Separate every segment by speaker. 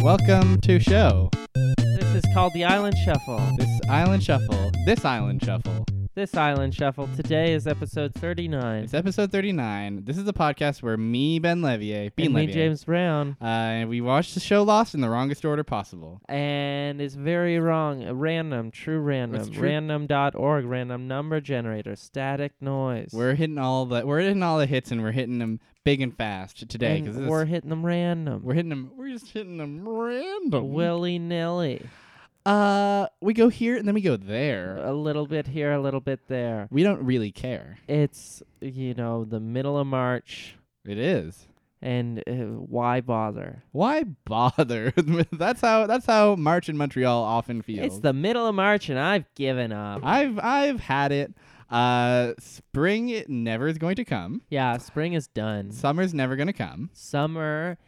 Speaker 1: Welcome to show.
Speaker 2: This is called the Island Shuffle.
Speaker 1: This Island Shuffle. This Island Shuffle.
Speaker 2: This Island Shuffle today is episode 39.
Speaker 1: It's episode 39. This is the podcast where me, Ben Levier, Bean
Speaker 2: and me,
Speaker 1: Levier,
Speaker 2: James Brown.
Speaker 1: uh, and we watched the show Lost in the wrongest order possible.
Speaker 2: And it's very wrong. Uh, Random, true random.
Speaker 1: true.
Speaker 2: Random.org, random number generator, static noise.
Speaker 1: We're hitting all the we're hitting all the hits and we're hitting them big and fast today
Speaker 2: And
Speaker 1: because
Speaker 2: we're hitting them random.
Speaker 1: we're hitting them we're just hitting them random.
Speaker 2: Willy nilly.
Speaker 1: uh, we go here and then we go there.
Speaker 2: A little bit here, a little bit there.
Speaker 1: We don't really care.
Speaker 2: It's, you know, the middle of March,
Speaker 1: It is.
Speaker 2: and uh, why bother?
Speaker 1: Why bother? that's how that's how March in Montreal often feels.
Speaker 2: It's the middle of March, and I've given up.
Speaker 1: I've I've had it. Uh, spring it never is going to come.
Speaker 2: Yeah, spring is done.
Speaker 1: Summer's never going to come.
Speaker 2: summer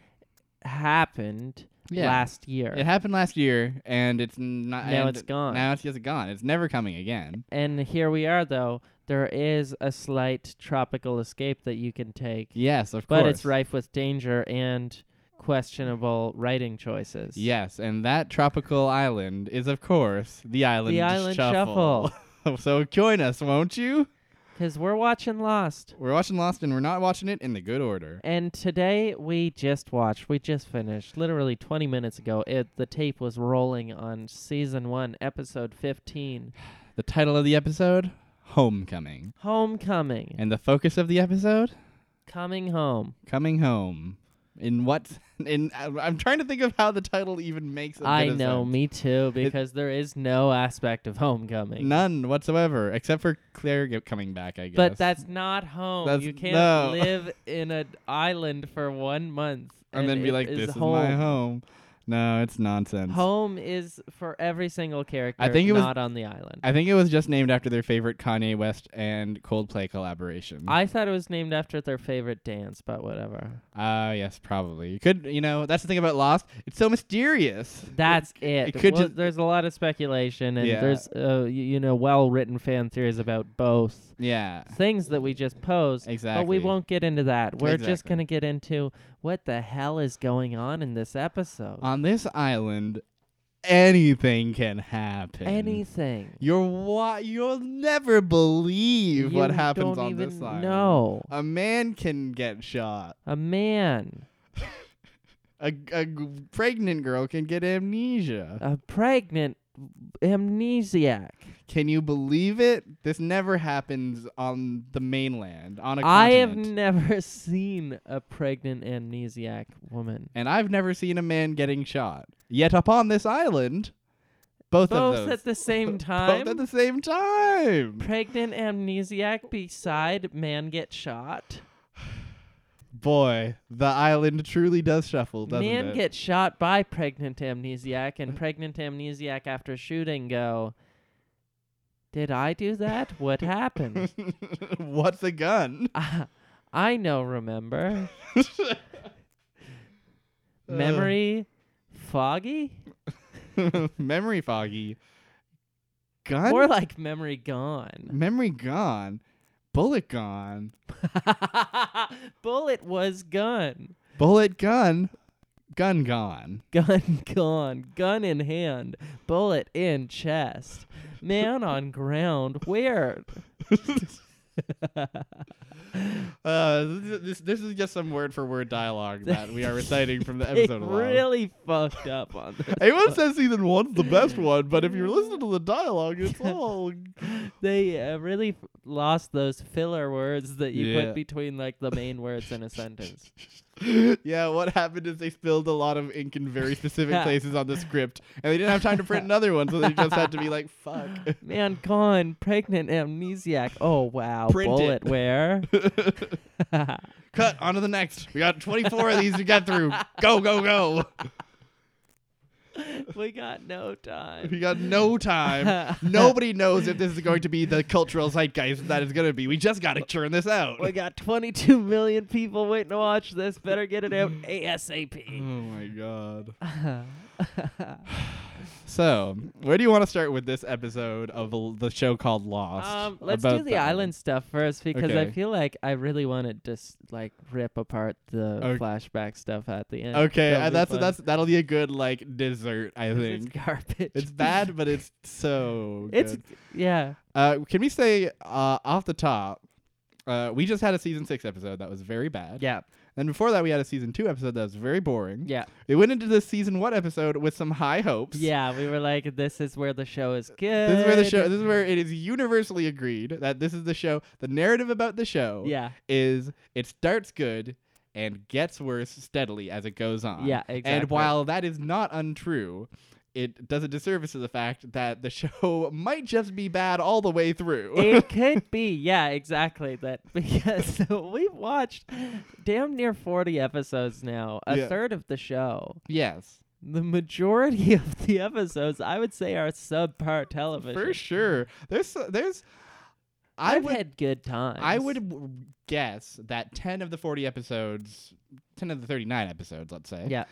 Speaker 2: happened
Speaker 1: Yeah.
Speaker 2: last year.
Speaker 1: It happened last year, and it's not.
Speaker 2: Now
Speaker 1: and
Speaker 2: it's gone.
Speaker 1: Now it's just gone. It's never coming again.
Speaker 2: and here we are, though. There is a slight tropical escape that you can take,
Speaker 1: Yes, of
Speaker 2: but
Speaker 1: course.
Speaker 2: it's rife with danger and questionable writing choices.
Speaker 1: Yes, and that tropical island is, of course, the island.
Speaker 2: The Island
Speaker 1: shuffle.
Speaker 2: Shuffle.
Speaker 1: so join us, won't you?
Speaker 2: Because we're watching Lost.
Speaker 1: We're watching Lost, and we're not watching it in the good order.
Speaker 2: And today we just watched, we just finished, literally 20 minutes ago. It, the tape was rolling on season one, episode 15
Speaker 1: The title of the episode: Homecoming,
Speaker 2: Homecoming.
Speaker 1: and the focus of the episode:
Speaker 2: Coming home.
Speaker 1: Coming home. In what? In I'm I'm trying to think of how the title even makes. A
Speaker 2: I
Speaker 1: bit of
Speaker 2: know,
Speaker 1: sense.
Speaker 2: me too, because there is no aspect of homecoming.
Speaker 1: none whatsoever, except for Claire ge- coming back. I guess.
Speaker 2: but that's not home.
Speaker 1: That's-
Speaker 2: you can't
Speaker 1: no.
Speaker 2: live in an island for one month
Speaker 1: and, then be
Speaker 2: it
Speaker 1: like, "This is my home." No, it's nonsense.
Speaker 2: Home is for every single character.
Speaker 1: I think it was-
Speaker 2: not on the island. I,
Speaker 1: I think it was just named after their favorite Kanye West and Coldplay collaboration.
Speaker 2: thought it was named after their favorite dance, but whatever.
Speaker 1: Ah, yes, probably. You could, you know, that's the thing about Lost. It's so mysterious.
Speaker 2: That's it.
Speaker 1: could
Speaker 2: Well,
Speaker 1: just-
Speaker 2: there's a lot of speculation, and
Speaker 1: Yeah.
Speaker 2: there's uh, y- you know well-written fan theories about both.
Speaker 1: Yeah.
Speaker 2: things that we just posed. But
Speaker 1: Exactly.
Speaker 2: we won't get into that. We're just
Speaker 1: Exactly.
Speaker 2: going to get into what the hell is going on in this episode.
Speaker 1: On this island, anything can happen.
Speaker 2: Anything.
Speaker 1: You're wa- You'll never believe what
Speaker 2: You
Speaker 1: happens
Speaker 2: don't
Speaker 1: on
Speaker 2: even
Speaker 1: this island.
Speaker 2: No.
Speaker 1: A man can get shot.
Speaker 2: A man,
Speaker 1: A, a g- pregnant girl can get amnesia.
Speaker 2: a pregnant amnesiac.
Speaker 1: Can you believe it? This never happens on the mainland, on a
Speaker 2: I have
Speaker 1: continent.
Speaker 2: never seen a pregnant amnesiac woman.
Speaker 1: and I've never seen a man getting shot. Yet upon this island, both, of
Speaker 2: Both
Speaker 1: those.
Speaker 2: at the same time.
Speaker 1: both at the same time.
Speaker 2: pregnant amnesiac beside man get shot.
Speaker 1: Boy, the island truly does shuffle, doesn't
Speaker 2: Man
Speaker 1: it?
Speaker 2: gets shot by pregnant amnesiac, and pregnant amnesiac after shooting go, "Did I do that? What happened?
Speaker 1: What's a gun?
Speaker 2: Ah, I know. Remember,
Speaker 1: Uh.
Speaker 2: memory foggy,
Speaker 1: Memory foggy. Gun?
Speaker 2: more like memory gone.
Speaker 1: Memory gone. Bullet gone.
Speaker 2: Bullet was gun,
Speaker 1: Bullet gun. Gun gone.
Speaker 2: gun gone, gun in hand, bullet in chest, man on ground. Weird.
Speaker 1: Uh, this, this, this is just some word for word dialogue that we are reciting from the
Speaker 2: They
Speaker 1: episode. alone.
Speaker 2: really fucked up on this.
Speaker 1: Everyone says season one's the best one, but if you're listening to the dialogue, it's all.
Speaker 2: they uh, really f- lost those filler words that you
Speaker 1: Yeah.
Speaker 2: put between like the main words in a sentence.
Speaker 1: yeah, what happened is they spilled a lot of ink in very specific
Speaker 2: Yeah.
Speaker 1: places on the script, and they didn't have time to print another one, so they just had to be like, fuck.
Speaker 2: Man gone, pregnant, amnesiac. Oh wow,
Speaker 1: Print it.
Speaker 2: bullet wear.
Speaker 1: Cut, on to the next. We got 24 of these to get through. Go, go, go.
Speaker 2: we got no time.
Speaker 1: We got no time. Nobody knows if this is going to be the cultural zeitgeist that it's going to be. We just got to churn this out.
Speaker 2: We got 22 Oh million people waiting to watch this. Better get it out ASAP.
Speaker 1: my god. So, where do you want to start with this episode of l- the show called Lost?
Speaker 2: um, let's
Speaker 1: About
Speaker 2: do the
Speaker 1: that.
Speaker 2: island stuff first because I
Speaker 1: Okay.
Speaker 2: feel like I really want to just like rip apart the
Speaker 1: Ok-
Speaker 2: flashback stuff at the end.
Speaker 1: Okay,
Speaker 2: That'll
Speaker 1: uh,
Speaker 2: be
Speaker 1: that's
Speaker 2: fun.
Speaker 1: that's that'll be a good like dessert, I
Speaker 2: 'Cause
Speaker 1: think.
Speaker 2: it's garbage.
Speaker 1: It's bad, but it's so good.
Speaker 2: It's yeah.
Speaker 1: uh, can we say uh, off the top? Uh, we just had a season six episode that was very bad.
Speaker 2: Yeah.
Speaker 1: And before that, we had a season two episode that was very boring.
Speaker 2: Yeah.
Speaker 1: We went into this season one episode with some high hopes.
Speaker 2: Yeah, we were like this is where the show is good.
Speaker 1: This is where the show. This is where it is universally agreed that this is the show. The narrative about the show
Speaker 2: Yeah.
Speaker 1: is it starts good and gets worse steadily as it goes on.
Speaker 2: Yeah, exactly.
Speaker 1: And while that is not untrue, it does a disservice to the fact that the show might just be bad all the way through.
Speaker 2: it could be, yeah, exactly that because we've watched damn near forty episodes now, a
Speaker 1: Yeah.
Speaker 2: third of the show.
Speaker 1: yes.
Speaker 2: The majority of the episodes, I would say, are subpar television.
Speaker 1: For sure. There's there's I
Speaker 2: I've
Speaker 1: would
Speaker 2: had good times.
Speaker 1: I would w- guess that 10 of the 40 episodes, 10 of the 39 episodes, let's say.
Speaker 2: Yeah.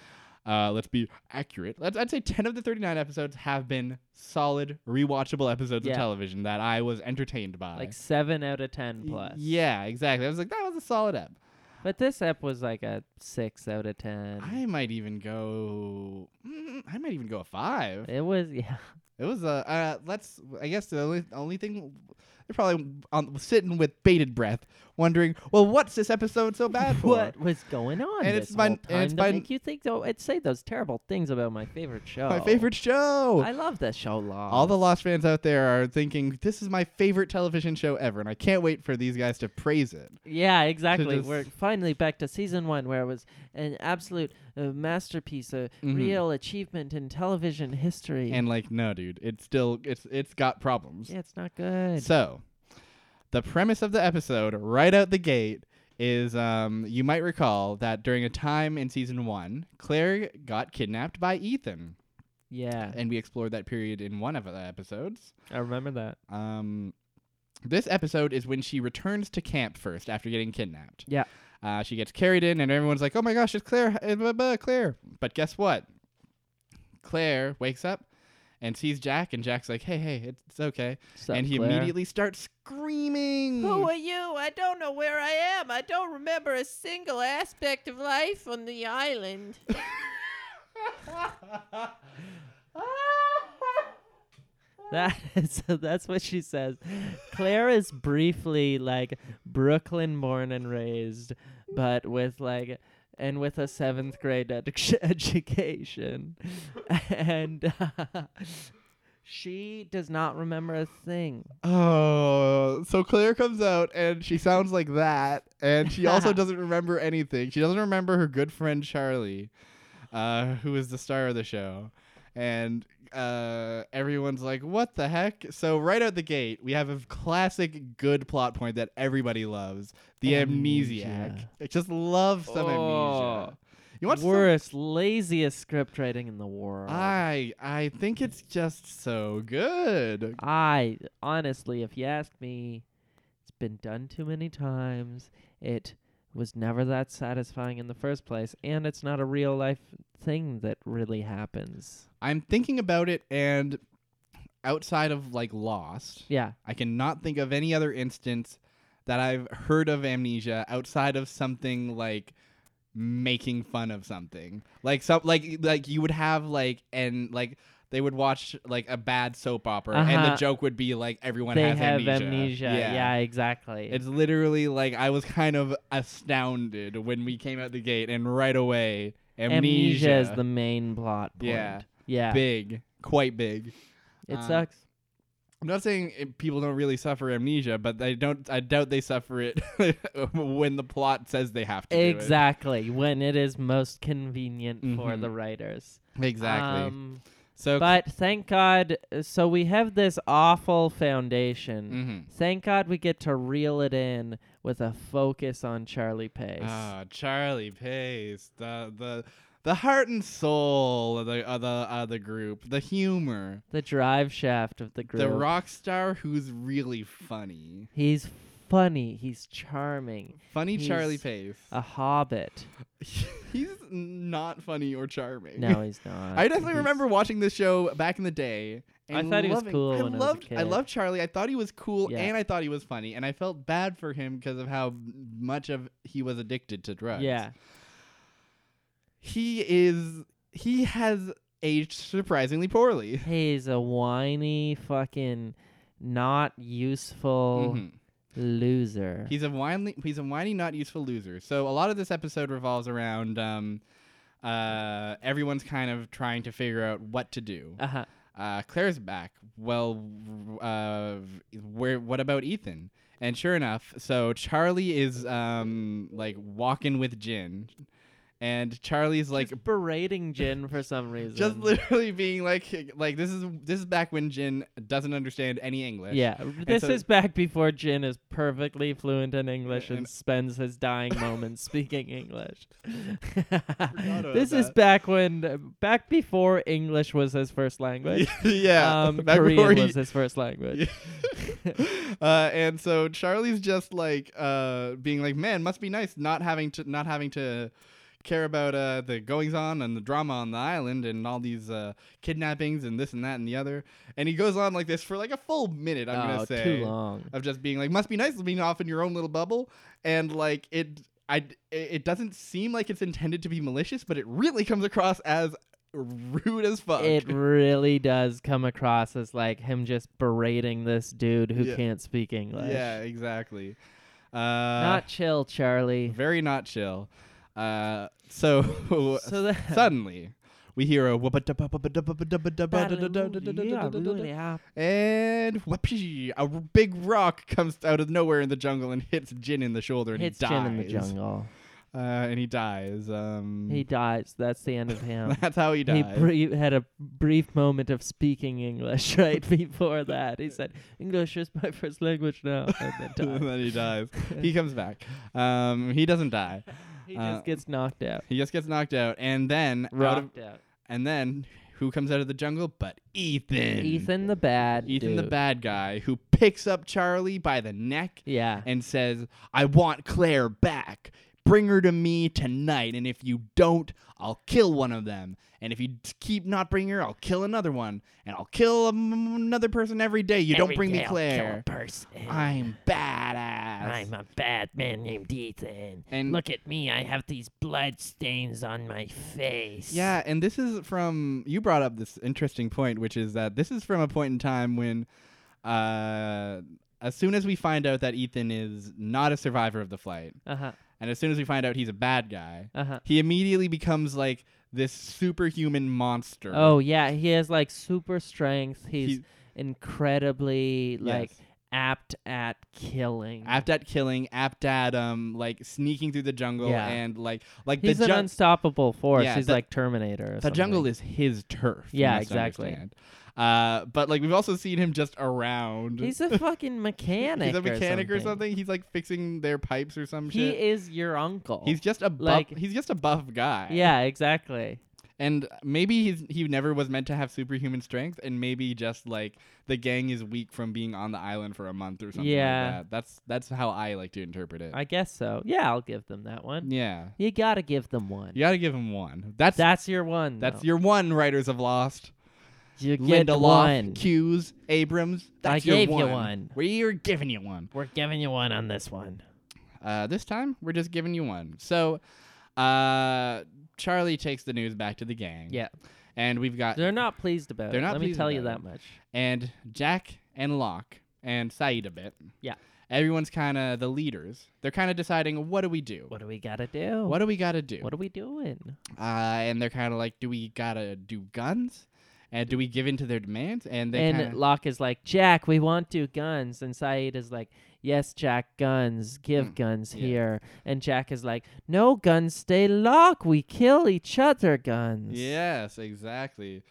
Speaker 1: Uh, let's be accurate. Let's, I'd say 10 of the 39 episodes have been solid, rewatchable episodes
Speaker 2: Yeah.
Speaker 1: of television that I was entertained by.
Speaker 2: like seven out of ten
Speaker 1: Y-
Speaker 2: plus.
Speaker 1: Yeah, exactly. I was like, that was a solid ep.
Speaker 2: But this ep was like a six out of ten.
Speaker 1: I might even go. Mm, I might even go a five.
Speaker 2: it was yeah.
Speaker 1: It was a. Uh, let's. I guess the only only thing they're probably on, sitting with bated breath, wondering, well, what's this episode so bad for?
Speaker 2: What was going on?
Speaker 1: And
Speaker 2: this
Speaker 1: it's my-
Speaker 2: whole
Speaker 1: and
Speaker 2: time
Speaker 1: it's
Speaker 2: to
Speaker 1: my-
Speaker 2: make you think though. I'd say those terrible things about my favorite show.
Speaker 1: My favorite show.
Speaker 2: I love that show. Lost.
Speaker 1: All the Lost fans out there are thinking, this is my favorite television show ever, and I can't wait for these guys to praise it.
Speaker 2: Yeah, exactly.
Speaker 1: just-
Speaker 2: We're finally back to season one, where it was an absolute uh, masterpiece, a
Speaker 1: Mhm.
Speaker 2: real achievement in television history.
Speaker 1: And like, no, dude, it's still it's it's got problems.
Speaker 2: yeah, it's not good.
Speaker 1: So, the premise of the episode right out the gate is um, you might recall that during a time in season one, Claire got kidnapped by Ethan,
Speaker 2: yeah,
Speaker 1: and we explored that period in one of the episodes.
Speaker 2: I remember that.
Speaker 1: Um, this episode is when she returns to camp first after getting kidnapped.
Speaker 2: Yeah.
Speaker 1: Uh, she gets carried in, and everyone's like, "Oh my gosh, it's Claire! eh, Blah, blah, Claire!" But guess what? Claire wakes up and sees Jack, and Jack's like, "Hey, hey, it's, it's okay."
Speaker 2: Sup,
Speaker 1: and he
Speaker 2: Claire?
Speaker 1: immediately starts screaming.
Speaker 3: Who are you? I don't know where I am. I don't remember a single aspect of life on the island.
Speaker 2: That so that's what she says. Claire is briefly like Brooklyn born and raised, but with like and with a seventh grade edu- education, and uh, she does not remember a thing.
Speaker 1: oh, so Claire comes out and she sounds like that, and she also doesn't remember anything. She doesn't remember her good friend Charlie, uh, who is the star of the show, and uh, everyone's like, "What the heck?" So right out the gate, we have a classic good plot point that everybody loves: the
Speaker 2: Amnesia.
Speaker 1: amnesiac. I just love some amnesia.
Speaker 2: Oh,
Speaker 1: You want some Ah,
Speaker 2: Worst, laziest script writing in the world.
Speaker 1: I I think it's just so good.
Speaker 2: I honestly, if you ask me, it's been done too many times. It was never that satisfying in the first place, and it's not a real life thing that really happens.
Speaker 1: I'm thinking about it and outside of like Lost,
Speaker 2: Yeah,
Speaker 1: I cannot think of any other instance that I've heard of amnesia outside of something like making fun of something. Like some like like you would have like and like they would watch like a bad soap opera and the
Speaker 2: Uh-huh.
Speaker 1: joke would be like everyone
Speaker 2: they
Speaker 1: has
Speaker 2: have
Speaker 1: amnesia.
Speaker 2: Yeah. exactly.
Speaker 1: It's literally like I was kind of astounded when we came out the gate, and right away, amnesia,
Speaker 2: is the main plot point.
Speaker 1: Yeah.
Speaker 2: yeah,
Speaker 1: big, quite big.
Speaker 2: it
Speaker 1: um,
Speaker 2: sucks.
Speaker 1: I'm not saying it- people don't really suffer amnesia, but I don't. I doubt they suffer it when the plot says they have to. do it.
Speaker 2: Exactly when it is most convenient for
Speaker 1: Mhm.
Speaker 2: the writers.
Speaker 1: Exactly.
Speaker 2: Um,
Speaker 1: so,
Speaker 2: but thank God. So we have this awful foundation.
Speaker 1: mhm.
Speaker 2: Thank God we get to reel it in with a focus on Charlie Pace.
Speaker 1: Ah, Charlie Pace, the the the heart and soul of the of the, of the group, the humor,
Speaker 2: the drive shaft of the group.
Speaker 1: the rock star who's really funny,
Speaker 2: He's funny. He's uh, charming.
Speaker 1: funny Charlie
Speaker 2: He's
Speaker 1: Pace.
Speaker 2: A hobbit.
Speaker 1: He's not funny or charming.
Speaker 2: No, he's not.
Speaker 1: I definitely
Speaker 2: He's-
Speaker 1: remember watching this show back in the day.
Speaker 2: I
Speaker 1: and
Speaker 2: thought he was
Speaker 1: loving-
Speaker 2: cool
Speaker 1: I
Speaker 2: when I was a
Speaker 1: loved,
Speaker 2: kid.
Speaker 1: loved Charlie. I thought he was cool,
Speaker 2: Yeah.
Speaker 1: and I thought he was funny, and I felt bad for him because of how much of he was addicted to drugs.
Speaker 2: Yeah.
Speaker 1: he is. He has aged surprisingly poorly.
Speaker 2: He's a whiny, fucking, not useful
Speaker 1: Mhm.
Speaker 2: loser.
Speaker 1: He's a whiny, he's a whiny, not useful loser. So a lot of this episode revolves around um, uh, everyone's kind of trying to figure out what to do.
Speaker 2: Uh huh.
Speaker 1: Uh, Claire's back. Well, uh, where? What about Ethan? And sure enough, so Charlie is um like walking with Jin, and Charlie's like
Speaker 2: Just berating Jin for some reason.
Speaker 1: just literally being like like this is this is back when Jin doesn't understand any English.
Speaker 2: Yeah, this
Speaker 1: so-
Speaker 2: is back before Jin is perfectly fluent in English and,
Speaker 1: And-
Speaker 2: spends his dying moments speaking English.
Speaker 1: about
Speaker 2: this is
Speaker 1: that.
Speaker 2: back when, back before English was his first language.
Speaker 1: yeah.
Speaker 2: um,
Speaker 1: back before
Speaker 2: Korean
Speaker 1: he-
Speaker 2: was his first language.
Speaker 1: uh, and so Charlie's just like uh, being like, "Man, must be nice not having to not having to care about uh, the goings on and the drama on the island and all these uh, kidnappings and this and that and the other." And he goes on like this for like a full minute. I'm
Speaker 2: oh,
Speaker 1: gonna say
Speaker 2: too long.
Speaker 1: of just being like, "Must be nice being off in your own little bubble," and like it. I, it- it doesn't seem like it's intended to be malicious, but it really comes across as rude as fuck.
Speaker 2: It really does come across as like him just berating this dude who
Speaker 1: Yeah.
Speaker 2: can't speak English.
Speaker 1: yeah, exactly. Uh,
Speaker 2: Not chill, Charlie.
Speaker 1: very not chill. Uh, so
Speaker 2: So that,
Speaker 1: suddenly we hear a whoop
Speaker 2: Hallelujah, really happy.
Speaker 1: and whoopee, a big rock comes out of nowhere in the jungle and hits Jin in the shoulder and
Speaker 2: hits
Speaker 1: he dies.
Speaker 2: Jin in the jungle.
Speaker 1: Uh, and he dies. Um,
Speaker 2: He dies. That's the end of him.
Speaker 1: that's how he
Speaker 2: he
Speaker 1: dies.
Speaker 2: brief, had a brief moment of speaking English right before that. He said, "English is my first language now," and
Speaker 1: And
Speaker 2: then died.
Speaker 1: then he dies. He comes back. Um, he doesn't die.
Speaker 2: he
Speaker 1: uh,
Speaker 2: just gets knocked out,
Speaker 1: He just gets knocked out, and then out of,
Speaker 2: rocked out.
Speaker 1: and then who comes out of the jungle but Ethan?
Speaker 2: Ethan the bad.
Speaker 1: Ethan the
Speaker 2: dude.
Speaker 1: bad guy who picks up Charlie by the neck
Speaker 2: Yeah.
Speaker 1: and says, "I want Claire back. Bring her to me tonight, and if you don't, I'll kill one of them. And if you t- keep not bringing her, I'll kill another one, and I'll kill um, another person every day. You don't bring me Claire.
Speaker 4: person.
Speaker 1: I'm badass."
Speaker 4: I'm a bad man named Ethan.
Speaker 1: And-
Speaker 4: And look at me, I have these blood stains on my face.
Speaker 1: yeah, and this is from you brought up this interesting point, which is that this is from a point in time when uh as soon as we find out that Ethan is not a survivor of the flight,
Speaker 2: Uh huh.
Speaker 1: And as soon as we find out he's a bad guy,
Speaker 2: Uh huh.
Speaker 1: he immediately becomes like this superhuman monster.
Speaker 2: Oh yeah, he has like super strength. He's
Speaker 1: He-
Speaker 2: incredibly like
Speaker 1: Yes.
Speaker 2: apt at killing.
Speaker 1: apt at killing, apt at um like sneaking through the jungle
Speaker 2: Yeah.
Speaker 1: and like like
Speaker 2: He's
Speaker 1: the
Speaker 2: an
Speaker 1: jungle.
Speaker 2: unstoppable force.
Speaker 1: Yeah,
Speaker 2: He's
Speaker 1: the-
Speaker 2: like Terminator. Or
Speaker 1: the jungle is his turf. you
Speaker 2: Yeah,
Speaker 1: must
Speaker 2: exactly.
Speaker 1: understand. Uh, but like we've also seen him just around.
Speaker 2: He's a fucking mechanic.
Speaker 1: He's a mechanic
Speaker 2: or
Speaker 1: or something. He's like fixing their pipes or some
Speaker 2: He
Speaker 1: shit.
Speaker 2: is your uncle.
Speaker 1: he's just a buff,
Speaker 2: like-
Speaker 1: he's just a buff guy.
Speaker 2: yeah, exactly.
Speaker 1: And maybe he's, he never was meant to have superhuman strength, and maybe just like the gang is weak from being on the island for a month or something.
Speaker 2: Yeah.
Speaker 1: like that. that's that's how I like to interpret it.
Speaker 2: I guess so. Yeah, I'll give them that one.
Speaker 1: yeah,
Speaker 2: You gotta give them one.
Speaker 1: you got to give him one. That's
Speaker 2: That's your one.
Speaker 1: that's
Speaker 2: though.
Speaker 1: your one. Writers of Lost,
Speaker 2: you get
Speaker 1: Lindelof,
Speaker 2: one.
Speaker 1: Hughes, Abrams.
Speaker 2: I
Speaker 1: That's
Speaker 2: gave you
Speaker 1: your one.
Speaker 2: one.
Speaker 1: We're giving you one.
Speaker 4: We're giving you one on this one.
Speaker 1: Uh, this time we're just giving you one. So, uh, Charlie takes the news back to the gang.
Speaker 2: Yeah,
Speaker 1: and we've got
Speaker 2: they're not pleased about
Speaker 1: They're
Speaker 2: it.
Speaker 1: not
Speaker 2: Let me
Speaker 1: pleased
Speaker 2: tell you
Speaker 1: about
Speaker 2: that
Speaker 1: it.
Speaker 2: much.
Speaker 1: and Jack and Locke and Saeed a bit.
Speaker 2: Yeah.
Speaker 1: Everyone's kind of the leaders. They're kind of deciding what do we do?
Speaker 2: What do we gotta do?
Speaker 1: What do we got to do?
Speaker 2: What are we doing?
Speaker 1: Uh, and they're kind of like, do we got to do guns? And do we give in to their demands? And they
Speaker 2: and
Speaker 1: kinda,
Speaker 2: Locke is like, Jack, we want to guns. And Saeed is like, Yes, Jack, guns. Give
Speaker 1: Mm,
Speaker 2: guns
Speaker 1: yeah.
Speaker 2: here. And Jack is like, No guns, stay Locke. We kill each other, guns.
Speaker 1: Yes, exactly.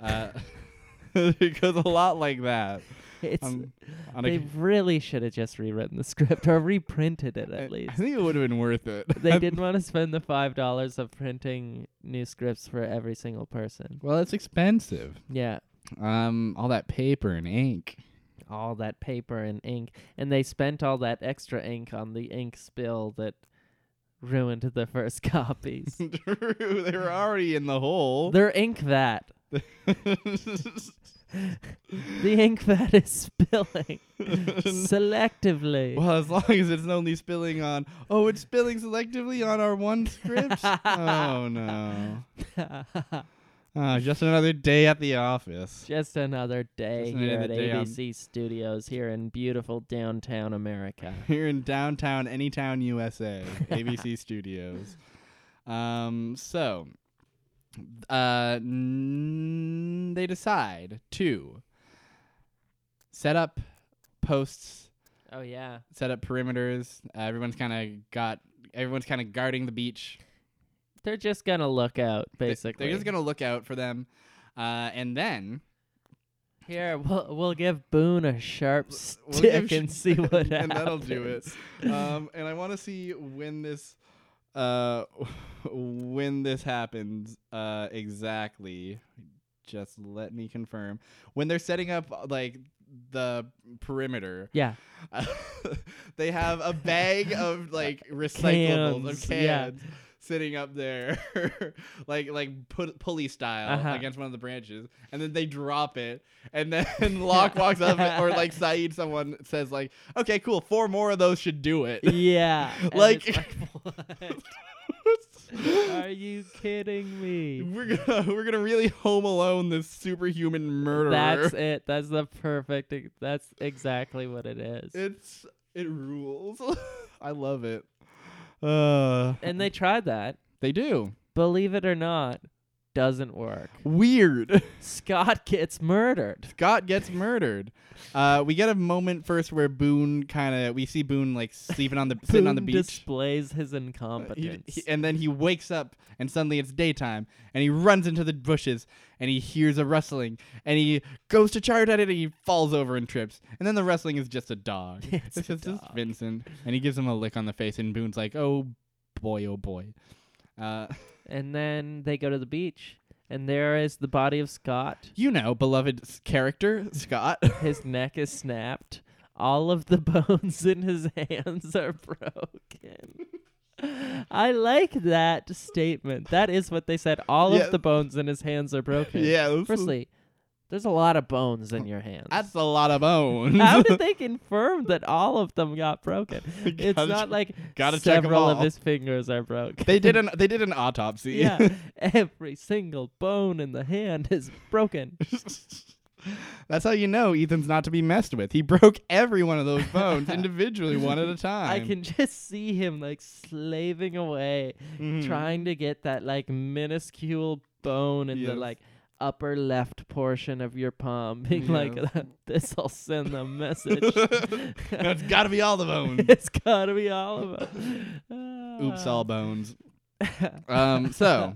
Speaker 1: Uh, it goes a lot like that.
Speaker 2: It's
Speaker 1: Um, on a-
Speaker 2: they really should have just rewritten the script or reprinted it
Speaker 1: I-
Speaker 2: at
Speaker 1: I
Speaker 2: least.
Speaker 1: think it would have been worth it.
Speaker 2: They didn't want to spend the five dollars of printing new scripts for every single person.
Speaker 1: Well, it's expensive.
Speaker 2: Yeah.
Speaker 1: Um, all that paper and ink.
Speaker 2: All that paper and ink. And they spent all that extra ink on the ink spill that ruined the first copies.
Speaker 1: Drew, they were already in the hole.
Speaker 2: Their ink vat. The ink vat is spilling selectively.
Speaker 1: well, as long as it's only spilling on. Oh, it's spilling selectively on our one script? oh, no. Ah, just another day at the office.
Speaker 2: Just another day
Speaker 1: Just
Speaker 2: here
Speaker 1: another
Speaker 2: at
Speaker 1: day on-
Speaker 2: ABC Studios here in beautiful downtown America.
Speaker 1: Here in downtown Anytown, USA, ABC Studios. Um, so uh, n- they decide to set up posts,
Speaker 2: Oh yeah.
Speaker 1: set up perimeters. Uh, everyone's kind of got everyone's kind of guarding the beach.
Speaker 2: They're just gonna look out,
Speaker 1: They-
Speaker 2: basically.
Speaker 1: they're just gonna look out for them. Uh, and then
Speaker 2: Here, we'll we'll give Boone a sharp
Speaker 1: we'll give
Speaker 2: stick
Speaker 1: sh-
Speaker 2: and see what happens.
Speaker 1: and that'll do it. um, and I want to see when this uh, when this happens uh, exactly. Just let me confirm when they're setting up uh, like the perimeter.
Speaker 2: Yeah.
Speaker 1: they have a bag of like recyclables of
Speaker 2: Cans, yeah.
Speaker 1: cans sitting up there, like like put, pulley style
Speaker 2: Uh-huh.
Speaker 1: against one of the branches, and then they drop it, and then Locke walks up or like Saeed, someone says like, "Okay, cool, four more of those should do it."
Speaker 2: Yeah. and it's
Speaker 1: Like-
Speaker 2: like, what? Are you kidding me?
Speaker 1: we're gonna we're gonna really Home Alone this superhuman murderer.
Speaker 2: That's it. That's the perfect. ex- That's exactly what it is.
Speaker 1: it's it rules. I love it. Uh,
Speaker 2: and they tried that.
Speaker 1: they do
Speaker 2: Believe it or not, doesn't work.
Speaker 1: weird.
Speaker 2: Scott gets murdered.
Speaker 1: Scott gets murdered. Uh, we get a moment first where Boone kind of we see Boone like sleeping on the sitting on the
Speaker 2: Boone
Speaker 1: beach,
Speaker 2: displays his
Speaker 1: Uh, he-
Speaker 2: incompetence.
Speaker 1: he- and then he wakes up and suddenly it's daytime and he runs into the bushes and he hears a rustling and he goes to charge at it and he falls over and trips and then the rustling is just a dog.
Speaker 2: It's a
Speaker 1: just this
Speaker 2: dog.
Speaker 1: Vincent and he gives him a lick on the face and Boone's like, oh boy, oh boy. Uh,
Speaker 2: and then they go to the beach, and there is the body of Scott.
Speaker 1: you know, beloved s- character Scott.
Speaker 2: His neck is snapped. All of the bones in his hands are broken. I like that statement. That is what they said. All
Speaker 1: Yeah.
Speaker 2: of the bones in his hands are broken.
Speaker 1: yeah, this is-
Speaker 2: Firstly, there's a lot of bones in your hands.
Speaker 1: that's a lot of bones.
Speaker 2: How did they confirm that all of them got broken? It's
Speaker 1: Gotta
Speaker 2: not like
Speaker 1: gotta check 'em
Speaker 2: several of
Speaker 1: all.
Speaker 2: his fingers are broken.
Speaker 1: They did an they did an autopsy.
Speaker 2: yeah, every single bone in the hand is broken.
Speaker 1: That's how you know Ethan's not to be messed with. He broke every one of those bones individually, one at a time.
Speaker 2: I can just see him like slaving away,
Speaker 1: Mhm.
Speaker 2: trying to get that like minuscule bone in the
Speaker 1: Yes.
Speaker 2: like upper left portion of your palm, being like, "This'll send the message."
Speaker 1: No, it's got to be all the bones.
Speaker 2: it's gotta be all of them.
Speaker 1: Oops, all bones.
Speaker 2: Ah.
Speaker 1: Um, so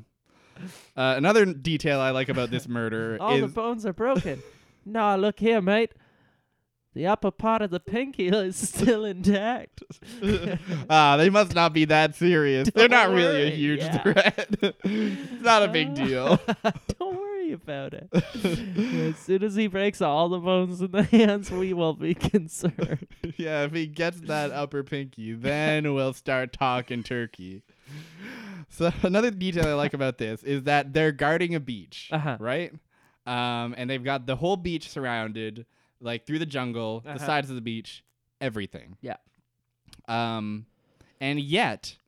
Speaker 1: uh, another detail I like about this murder
Speaker 2: All the
Speaker 1: is
Speaker 2: bones are broken. nah, look here, mate. The upper part of the pinky is still intact.
Speaker 1: ah, they must not be that serious. They're not
Speaker 2: Don't
Speaker 1: really a
Speaker 2: worry,
Speaker 1: huge
Speaker 2: yeah.
Speaker 1: threat. it's not a big deal.
Speaker 2: Ah. Don't worry about it. as soon as he breaks all the bones in the hands, we will be concerned.
Speaker 1: yeah, if he gets that upper pinky, then we'll start talking turkey. So another detail I like about this is that they're guarding a beach,
Speaker 2: Uh-huh.
Speaker 1: right? Um, and they've got the whole beach surrounded, like through the jungle,
Speaker 2: Uh-huh.
Speaker 1: the sides of the beach, everything.
Speaker 2: Yeah.
Speaker 1: Um, and yet,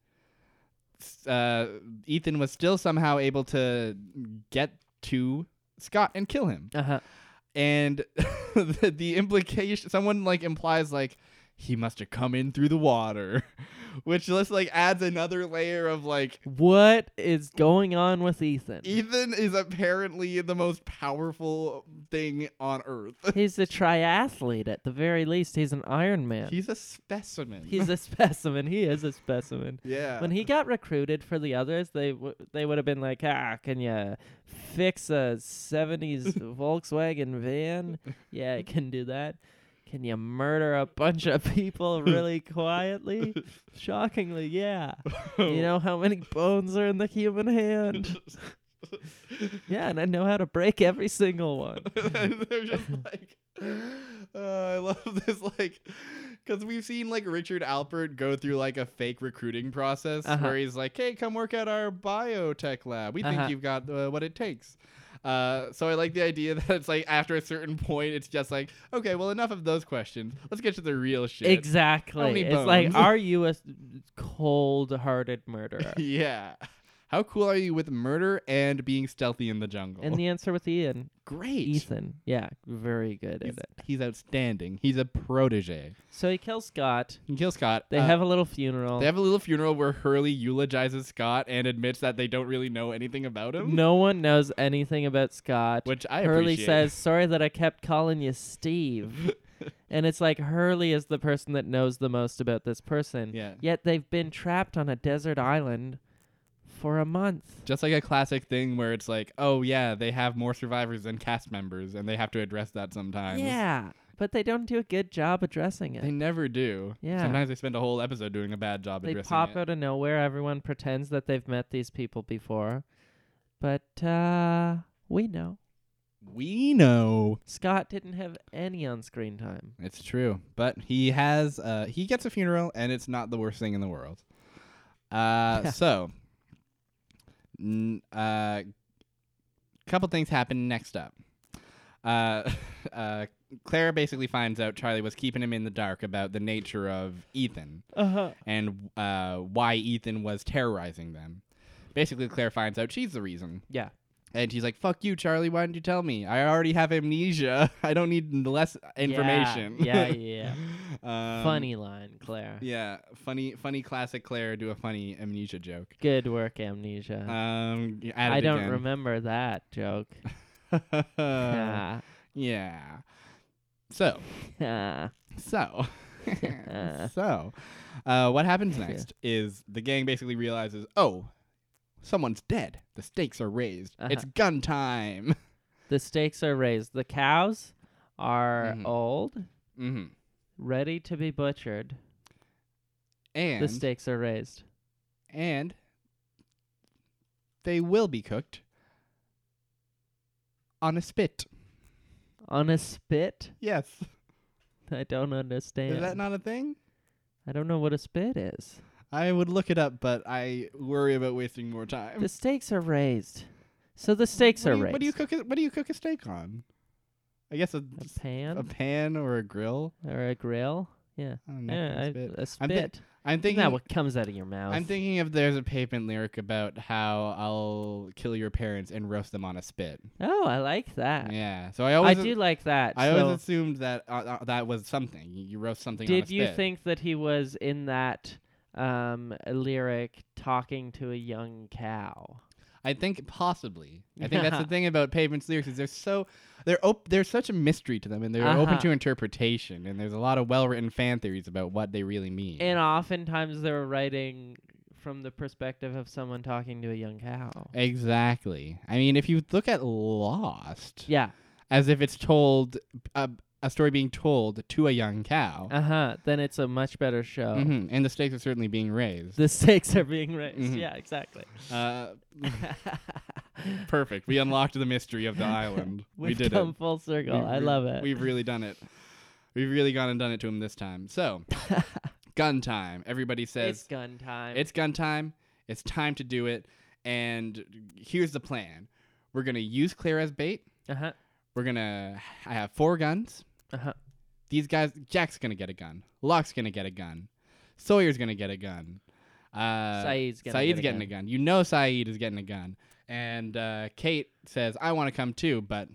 Speaker 1: s- uh, Ethan was still somehow able to get to Scott and kill him
Speaker 2: Uh-huh.
Speaker 1: and the, the implication someone like implies like he must have come in through the water which just like adds another layer of like
Speaker 2: What is going on with Ethan?
Speaker 1: ethan is apparently the most powerful thing on earth
Speaker 2: He's a triathlete at the very least. He's an Iron Man.
Speaker 1: he's a specimen
Speaker 2: He's a specimen. He is a specimen.
Speaker 1: yeah
Speaker 2: when he got recruited for the others, they w- they would have been like, ah, can you fix a '70s Volkswagen van? Yeah, I can do that. Can you murder a bunch of people really quietly? Shockingly, yeah.
Speaker 1: Oh.
Speaker 2: You know how many bones are in the human hand? Yeah, and I know how to break every single one.
Speaker 1: and they're just like uh, i love this like Because we've seen like Richard Alpert go through like a fake recruiting process
Speaker 2: Uh-huh.
Speaker 1: where he's like, "Hey, come work at our biotech lab. We think
Speaker 2: Uh-huh.
Speaker 1: you've got uh, what it takes." Uh, so I like the idea that it's like after a certain point, it's just like, "Okay, well, enough of those questions. Let's get to the real shit."
Speaker 2: Exactly.
Speaker 1: many
Speaker 2: It's like,
Speaker 1: bones?
Speaker 2: are you a s- cold-hearted murderer?
Speaker 1: yeah. How cool are you with murder and being stealthy in the jungle?
Speaker 2: and the answer with Ian,
Speaker 1: Great.
Speaker 2: Ethan. Yeah, very good at
Speaker 1: He's,
Speaker 2: it.
Speaker 1: he's outstanding. He's a protege.
Speaker 2: So he kills Scott.
Speaker 1: He kills Scott.
Speaker 2: They
Speaker 1: Uh,
Speaker 2: have a little funeral.
Speaker 1: They have a little funeral where Hurley eulogizes Scott and admits that they don't really know anything about him.
Speaker 2: no one knows anything about Scott.
Speaker 1: Which I
Speaker 2: Hurley
Speaker 1: appreciate.
Speaker 2: says, "Sorry that I kept calling you Steve," and it's like Hurley is the person that knows the most about this person.
Speaker 1: Yeah.
Speaker 2: Yet they've been trapped on a desert island for a month.
Speaker 1: Just like a classic thing where it's like, oh yeah, they have more survivors than cast members, and they have to address that sometimes.
Speaker 2: Yeah, but they don't do a good job addressing it.
Speaker 1: They never do.
Speaker 2: Yeah.
Speaker 1: Sometimes they spend a whole episode doing a bad job
Speaker 2: they
Speaker 1: addressing
Speaker 2: pop
Speaker 1: it.
Speaker 2: out of nowhere. Everyone pretends that they've met these people before, but uh, we know
Speaker 1: We know
Speaker 2: Scott didn't have any on-screen time.
Speaker 1: it's true, but he has. Uh, he gets a funeral, and it's not the worst thing in the world. Uh, so, n- uh, couple things happen next up. Uh, uh, Clara basically finds out Charlie was keeping him in the dark about the nature of Ethan.
Speaker 2: Uh huh.
Speaker 1: and uh, why Ethan was terrorizing them. Basically, Claire finds out she's the reason.
Speaker 2: Yeah.
Speaker 1: And she's like, fuck you, Charlie. Why didn't you tell me? I already have amnesia. I don't need less information.
Speaker 2: Yeah, yeah.
Speaker 1: Um,
Speaker 2: funny line, Claire.
Speaker 1: Yeah. Funny, funny classic Claire do a funny amnesia joke.
Speaker 2: Good work, amnesia.
Speaker 1: Um, you add
Speaker 2: Uh, I
Speaker 1: it
Speaker 2: don't
Speaker 1: again.
Speaker 2: remember that joke.
Speaker 1: Uh.
Speaker 2: Ah,
Speaker 1: yeah. So,
Speaker 2: ah.
Speaker 1: So, so, uh, what happens
Speaker 2: Yeah.
Speaker 1: next is the gang basically realizes, oh, someone's dead. The stakes are raised.
Speaker 2: Uh-huh.
Speaker 1: It's gun time.
Speaker 2: the stakes are raised. The cows are
Speaker 1: Mhm.
Speaker 2: old,
Speaker 1: hmm
Speaker 2: ready to be butchered.
Speaker 1: And
Speaker 2: The stakes are raised.
Speaker 1: and they will be cooked on a spit.
Speaker 2: On a spit?
Speaker 1: Yes,
Speaker 2: I don't understand.
Speaker 1: is that not a thing?
Speaker 2: I don't know what a spit is.
Speaker 1: I would look it up, but I worry about wasting more time.
Speaker 2: The stakes are raised. So the stakes
Speaker 1: what,
Speaker 2: are
Speaker 1: do you,
Speaker 2: raised.
Speaker 1: what do you cook? A, what do you cook a steak on? I guess a,
Speaker 2: a pan
Speaker 1: a pan or a grill.
Speaker 2: or a grill? Yeah.
Speaker 1: I don't know,
Speaker 2: Yeah, I-
Speaker 1: a spit.
Speaker 2: a
Speaker 1: I'm
Speaker 2: spit.
Speaker 1: thi- I'm
Speaker 2: Isn't
Speaker 1: thinking.
Speaker 2: that what comes out of your mouth?
Speaker 1: I'm thinking if there's a pavement lyric about how I'll kill your parents and roast them on a spit.
Speaker 2: Oh, I like that.
Speaker 1: Yeah. So I
Speaker 2: I
Speaker 1: always
Speaker 2: do like that.
Speaker 1: I
Speaker 2: So
Speaker 1: always assumed that uh, uh, that was something. You you roast something on a
Speaker 2: did
Speaker 1: spit.
Speaker 2: you think that he was in that um, lyric talking to a young cow?
Speaker 1: I think possibly. I think that's the thing about pavement's lyrics is they're so they're op- there's such a mystery to them and they're open
Speaker 2: Uh-huh.
Speaker 1: to interpretation and there's a lot of well-written fan theories about what they really mean.
Speaker 2: And oftentimes they were writing from the perspective of someone talking to a young cow.
Speaker 1: exactly. I mean, if you look at Lost
Speaker 2: Yeah.
Speaker 1: as if it's told a, a story being told to a young cow.
Speaker 2: Uh huh. Then it's a much better show.
Speaker 1: hmm And the stakes are certainly being raised.
Speaker 2: The stakes are being raised.
Speaker 1: Mhm.
Speaker 2: Yeah, exactly.
Speaker 1: Uh, perfect. We unlocked the mystery of the island.
Speaker 2: We've
Speaker 1: we did
Speaker 2: come
Speaker 1: it.
Speaker 2: full circle.
Speaker 1: We've
Speaker 2: I
Speaker 1: re-
Speaker 2: love it.
Speaker 1: We've really done it. We've really gone and done it to him this time. So, gun time. Everybody
Speaker 2: it's
Speaker 1: says
Speaker 2: gun time.
Speaker 1: it's gun time. It's time to do it. And here's the plan. We're gonna use Claire as bait.
Speaker 2: uh huh.
Speaker 1: We're gonna. I have four guns.
Speaker 2: Uh huh.
Speaker 1: these guys Jack's gonna get a gun. Locke's gonna get a gun. Sawyer's gonna get a gun. Uh,
Speaker 2: Saeed's gonna
Speaker 1: Saeed's
Speaker 2: get a
Speaker 1: getting
Speaker 2: gun.
Speaker 1: a gun. You know Saeed is getting a gun. And uh, Kate says, I want to come too, but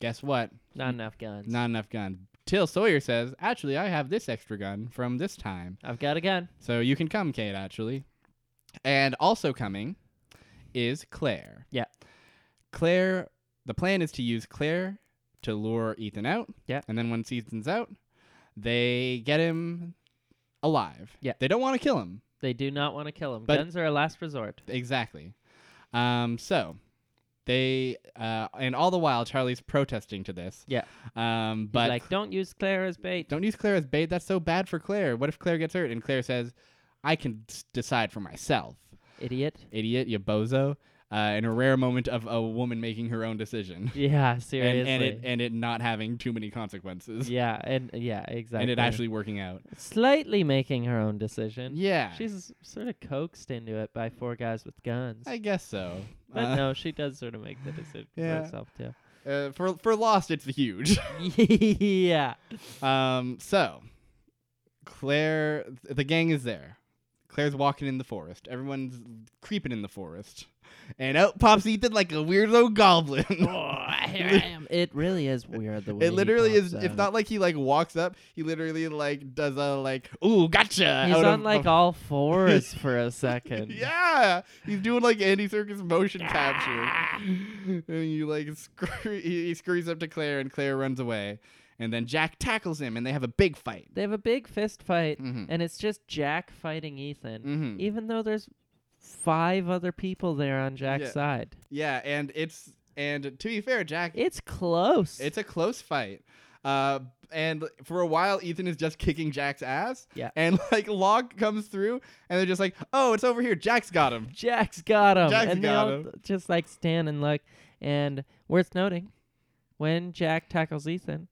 Speaker 1: guess what?
Speaker 2: Not enough guns.
Speaker 1: Not enough guns. Till Sawyer says, actually, I have this extra gun from this time.
Speaker 2: I've got a gun.
Speaker 1: So you can come, Kate, actually. And also coming is Claire.
Speaker 2: Yeah.
Speaker 1: Claire, the plan is to use Claire to lure Ethan out.
Speaker 2: Yeah.
Speaker 1: And then once Ethan's out, they get him alive.
Speaker 2: Yeah.
Speaker 1: They don't want to kill him.
Speaker 2: They do not want to kill him.
Speaker 1: But-
Speaker 2: Guns are a last resort.
Speaker 1: Exactly. Um, so they, uh, and all the while, Charlie's protesting to this.
Speaker 2: Yeah.
Speaker 1: Um,
Speaker 2: But
Speaker 1: but
Speaker 2: like, don't use Claire as bait.
Speaker 1: don't use Claire as bait. That's so bad for Claire. What if Claire gets hurt? And Claire says, I can s- decide for myself.
Speaker 2: Idiot.
Speaker 1: idiot, you bozo. uh, in a rare moment of a woman making her own decision.
Speaker 2: Yeah, seriously.
Speaker 1: And, and it and it not having too many consequences.
Speaker 2: yeah, and yeah, exactly.
Speaker 1: And it actually working out.
Speaker 2: slightly making her own decision.
Speaker 1: Yeah.
Speaker 2: She's sort of coaxed into it by four guys with guns.
Speaker 1: I guess so.
Speaker 2: but
Speaker 1: Uh,
Speaker 2: no, she does sort of make the decision
Speaker 1: yeah.
Speaker 2: for herself too.
Speaker 1: uh, for for Lost, it's huge.
Speaker 2: yeah.
Speaker 1: um, so Claire, th- the gang is there. Claire's walking in the forest. Everyone's creeping in the forest, and out pops Ethan like a weirdo goblin.
Speaker 2: Here I am. It really is weird the way
Speaker 1: It literally
Speaker 2: he
Speaker 1: is.
Speaker 2: pops
Speaker 1: It's
Speaker 2: out.
Speaker 1: not like he like walks up. He literally like does a like, ooh, gotcha.
Speaker 2: He's
Speaker 1: out
Speaker 2: on
Speaker 1: of-
Speaker 2: like
Speaker 1: of-
Speaker 2: all fours for a second.
Speaker 1: yeah, he's doing like Andy Circus motion
Speaker 2: Ah!
Speaker 1: capture, and you like scurry, he he scurries up to Claire, and Claire runs away, and then Jack tackles him, and they have a big fight.
Speaker 2: They have a big fist fight,
Speaker 1: Mhm.
Speaker 2: and it's just Jack fighting Ethan,
Speaker 1: Mhm.
Speaker 2: even though there's five other people there on Jack's
Speaker 1: Yeah.
Speaker 2: side.
Speaker 1: Yeah, and it's and to be fair, Jack,
Speaker 2: It's close.
Speaker 1: it's a close fight. Uh, and for a while, Ethan is just kicking Jack's ass.
Speaker 2: Yeah.
Speaker 1: And like Log comes through, and they're just like, "Oh, it's over here. Jack's got him."
Speaker 2: Jack's got him.
Speaker 1: Jack's
Speaker 2: and they
Speaker 1: got
Speaker 2: all
Speaker 1: him.
Speaker 2: just like stand and look. And worth noting, when Jack tackles Ethan,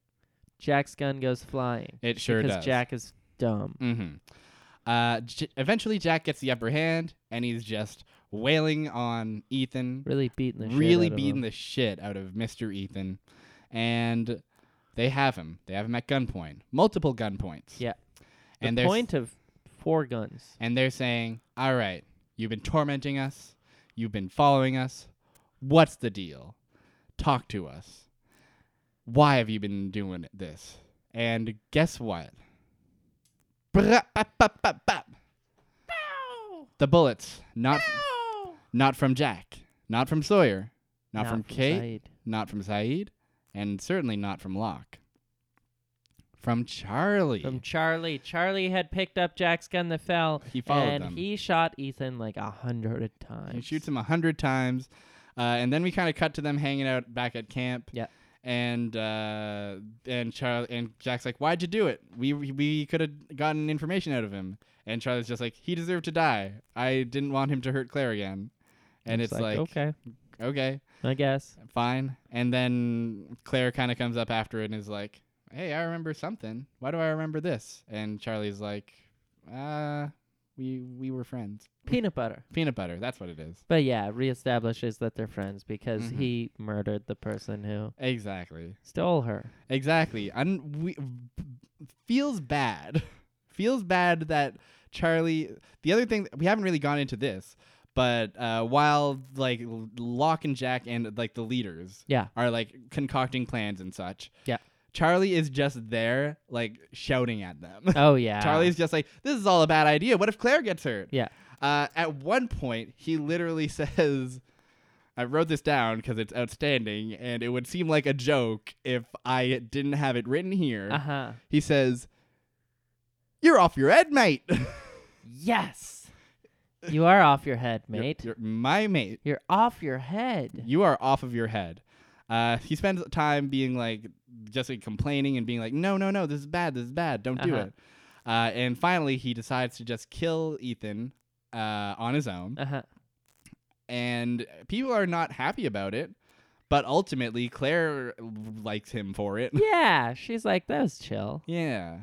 Speaker 2: Jack's gun goes flying.
Speaker 1: It sure
Speaker 2: because
Speaker 1: does.
Speaker 2: Jack is dumb.
Speaker 1: Mm-hmm. Uh, J- eventually, Jack gets the upper hand, and he's just wailing on Ethan,
Speaker 2: Really beating the shit
Speaker 1: really
Speaker 2: out of
Speaker 1: beating
Speaker 2: him.
Speaker 1: the shit out of Mister Ethan, and they have him. They have him at gunpoint, multiple gunpoints.
Speaker 2: Yeah. the
Speaker 1: and they're s-
Speaker 2: point of four guns.
Speaker 1: and they're saying, "All right, you've been tormenting us, you've been following us. What's the deal? Talk to us. Why have you been doing this?" And guess what? Brap, bap, bap, bap, bap.
Speaker 3: Ow!
Speaker 1: The bullets, not
Speaker 3: Ow!
Speaker 1: not from Jack, not from Sawyer, not, from, Kate,
Speaker 2: Said.
Speaker 1: not from Saeed, and certainly not from Locke. From Charlie.
Speaker 2: From Charlie. Charlie had picked up Jack's gun that fell.
Speaker 1: He followed
Speaker 2: and
Speaker 1: them.
Speaker 2: he shot Ethan like a hundred times.
Speaker 1: He shoots him a hundred times, uh, and then we kind of cut to them hanging out back at camp.
Speaker 2: Yeah.
Speaker 1: And uh, and Charlie and Jack's like, "Why'd you do it? We we could have gotten information out of him." And Charlie's just like, "He deserved to die. I didn't want him to hurt Claire again." And it's, like,
Speaker 2: okay,
Speaker 1: okay,
Speaker 2: I guess.
Speaker 1: fine. And then Claire kind of comes up after it and is like, "Hey, I remember something. Why do I remember this?" And Charlie's like, "Uh, we we were friends.
Speaker 2: Peanut butter.
Speaker 1: Peanut butter. That's what it is."
Speaker 2: But yeah, reestablishes that they're friends because
Speaker 1: Mhm.
Speaker 2: he murdered the person who
Speaker 1: Exactly.
Speaker 2: stole her.
Speaker 1: Exactly. Un- we, feels bad. feels bad that Charlie. The other thing we haven't really gone into this, but uh, while like L- Locke and Jack and like the leaders
Speaker 2: Yeah.
Speaker 1: are like concocting plans and such.
Speaker 2: Yeah.
Speaker 1: Charlie is just there, like shouting at them.
Speaker 2: Oh yeah.
Speaker 1: Charlie's just like, this is all a bad idea. What if Claire gets hurt?
Speaker 2: Yeah.
Speaker 1: Uh, at one point, he literally says, I wrote this down because it's outstanding and it would seem like a joke if I didn't have it written here.
Speaker 2: Uh huh.
Speaker 1: He says, You're off your head, mate.
Speaker 2: Yes. You are off your head,
Speaker 1: You're-
Speaker 2: mate. You're,
Speaker 1: you're my mate.
Speaker 2: off your head.
Speaker 1: You are off of your head. Uh, he spends time being like, just like complaining and being like, no, no, no, this is bad, this is bad, don't do
Speaker 2: Uh-huh.
Speaker 1: it. Uh, and finally, he decides to just kill Ethan uh, on his own.
Speaker 2: Uh huh.
Speaker 1: And people are not happy about it, but ultimately, Claire likes him for it.
Speaker 2: Yeah. She's like, that was chill.
Speaker 1: yeah.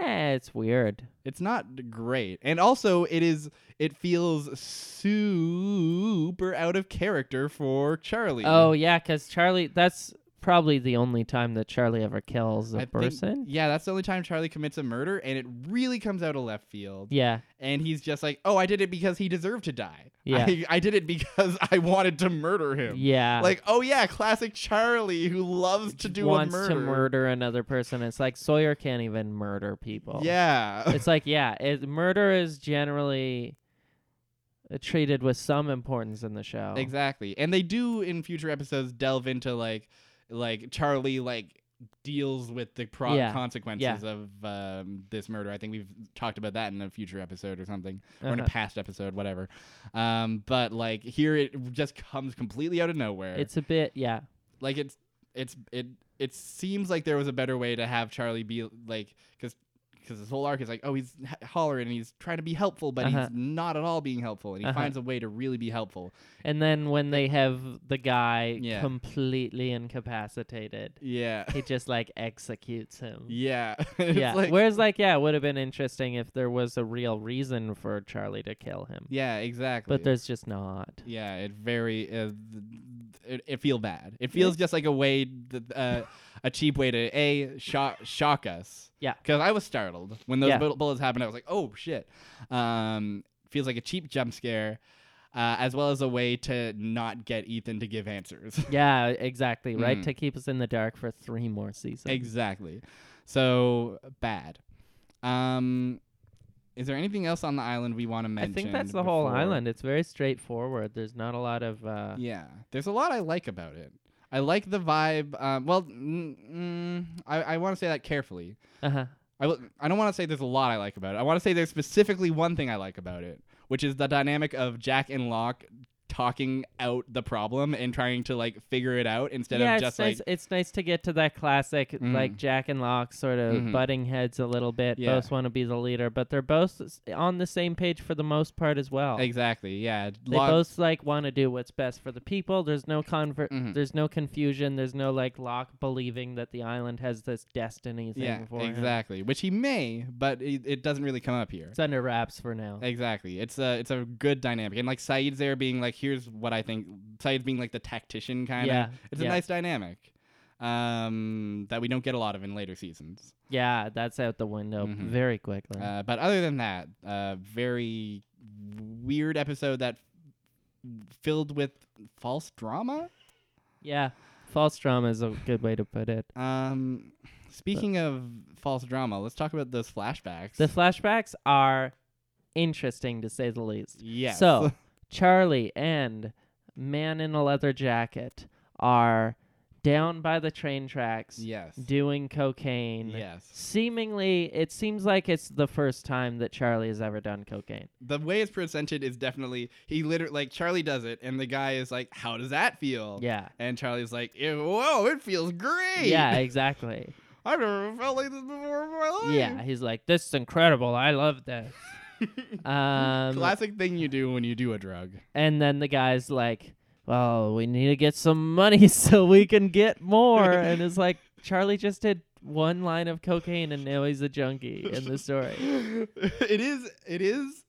Speaker 2: Eh, it's weird.
Speaker 1: It's not great. And also it is it feels super out of character for Charlie.
Speaker 2: Oh yeah, 'cause Charlie. That's probably the only time that Charlie ever kills a
Speaker 1: I think-
Speaker 2: person.
Speaker 1: yeah, that's the only time Charlie commits a murder, and it really comes out of left field.
Speaker 2: yeah.
Speaker 1: And he's just like, "Oh, I did it because he deserved to die.
Speaker 2: Yeah.
Speaker 1: I, I did it because I wanted to murder him.
Speaker 2: Yeah.
Speaker 1: Like, oh yeah, classic Charlie who loves to do
Speaker 2: wants
Speaker 1: a murder.
Speaker 2: to murder another person. It's like Sawyer can't even murder people.
Speaker 1: Yeah,
Speaker 2: it's like yeah, it, murder is generally uh, treated with some importance in the show.
Speaker 1: exactly. And they do in future episodes delve into like, like Charlie like deals with the pro-
Speaker 2: Yeah.
Speaker 1: consequences of um, this murder. I think we've talked about that in a future episode or something. or in a
Speaker 2: Uh-huh.
Speaker 1: past episode, whatever. Um, but like here, it just comes completely out of nowhere.
Speaker 2: It's a bit yeah.
Speaker 1: like it's it's it it seems like there was a better way to have Charlie be like because because his whole arc is like, oh, he's h- hollering and he's trying to be helpful, but he's
Speaker 2: Uh-huh.
Speaker 1: not at all being helpful, and he
Speaker 2: Uh-huh.
Speaker 1: finds a way to really be helpful.
Speaker 2: And then when they have the guy
Speaker 1: Yeah.
Speaker 2: completely incapacitated,
Speaker 1: Yeah,
Speaker 2: he just like executes him.
Speaker 1: yeah, It's
Speaker 2: Mm-hmm. Yeah.
Speaker 1: like-
Speaker 2: Whereas, like, yeah, it would have been interesting if there was a real reason for Charlie to kill him.
Speaker 1: yeah, exactly.
Speaker 2: But there's just not.
Speaker 1: yeah, it very uh, th- it, it feel bad. It feels just like a way, th- uh, a cheap way to a shock shock us.
Speaker 2: Yeah.
Speaker 1: because I was startled when those
Speaker 2: Yeah.
Speaker 1: bu- bullets happened. I was like, oh shit. Um, feels like a cheap jump scare, uh, as well as a way to not get Ethan to give answers.
Speaker 2: Yeah, exactly. Right
Speaker 1: Mm.
Speaker 2: to keep us in the dark for three more seasons.
Speaker 1: Exactly. So bad. Um, is there anything else on the island we want to
Speaker 2: I
Speaker 1: mention?
Speaker 2: think that's the whole
Speaker 1: before-
Speaker 2: island. It's very straightforward. There's not a lot of. Uh,
Speaker 1: Yeah, there's a lot I like about it. I like the vibe. Um, well, mm, mm, I, I want to say that carefully.
Speaker 2: uh-huh.
Speaker 1: I will, I don't want to say there's a lot I like about it. I want to say there's specifically one thing I like about it, which is the dynamic of Jack and Locke talking out the problem and trying to like figure it out instead
Speaker 2: yeah,
Speaker 1: of
Speaker 2: it's
Speaker 1: just
Speaker 2: nice.
Speaker 1: like
Speaker 2: it's nice to get to that classic, like
Speaker 1: Mm.
Speaker 2: Jack and Locke, sort of
Speaker 1: Mhm.
Speaker 2: butting heads a little bit.
Speaker 1: Yeah.
Speaker 2: Both want to be the leader, but they're both s- on the same page for the most part as well.
Speaker 1: exactly yeah.
Speaker 2: They
Speaker 1: Locke-
Speaker 2: both like want to do what's best for the people. There's no convert.
Speaker 1: Mhm.
Speaker 2: There's no confusion. There's no like Locke believing that the island has this destiny thing
Speaker 1: yeah,
Speaker 2: for him.
Speaker 1: exactly. Which he may, but it, it doesn't really come up here.
Speaker 2: It's under wraps for now.
Speaker 1: Exactly. It's a it's a good dynamic, and like Saeed's there being like, here's what I think. Saeed's being like the tactician kind of.
Speaker 2: Yeah,
Speaker 1: It's a
Speaker 2: yeah.
Speaker 1: nice dynamic, um, that we don't get a lot of in later seasons.
Speaker 2: Yeah, that's out the window
Speaker 1: Mhm.
Speaker 2: very quickly.
Speaker 1: Uh, but other than that, uh, very weird episode that f- filled with false drama.
Speaker 2: yeah, false drama is a good way to put it.
Speaker 1: Um, speaking of false drama, let's talk about those flashbacks.
Speaker 2: The flashbacks are interesting to say the least.
Speaker 1: yes.
Speaker 2: So, Charlie and man in a leather jacket are down by the train tracks
Speaker 1: yes.
Speaker 2: doing cocaine.
Speaker 1: Yes.
Speaker 2: Seemingly, it seems like it's the first time that Charlie has ever done cocaine.
Speaker 1: the way it's presented is definitely he literally like Charlie does it, and the guy is like, "How does that feel?"
Speaker 2: Yeah.
Speaker 1: And Charlie's like, "Ew, "Whoa, it feels great."
Speaker 2: Yeah, exactly.
Speaker 1: I've never felt like this before in my life.
Speaker 2: yeah, he's like, this is incredible. I love this. um,
Speaker 1: Classic thing you do when you do a drug.
Speaker 2: And then the guy's like, well, we need to get some money so we can get more. and it's like, Charlie just did one line of cocaine and now he's a junkie in the story.
Speaker 1: it is it is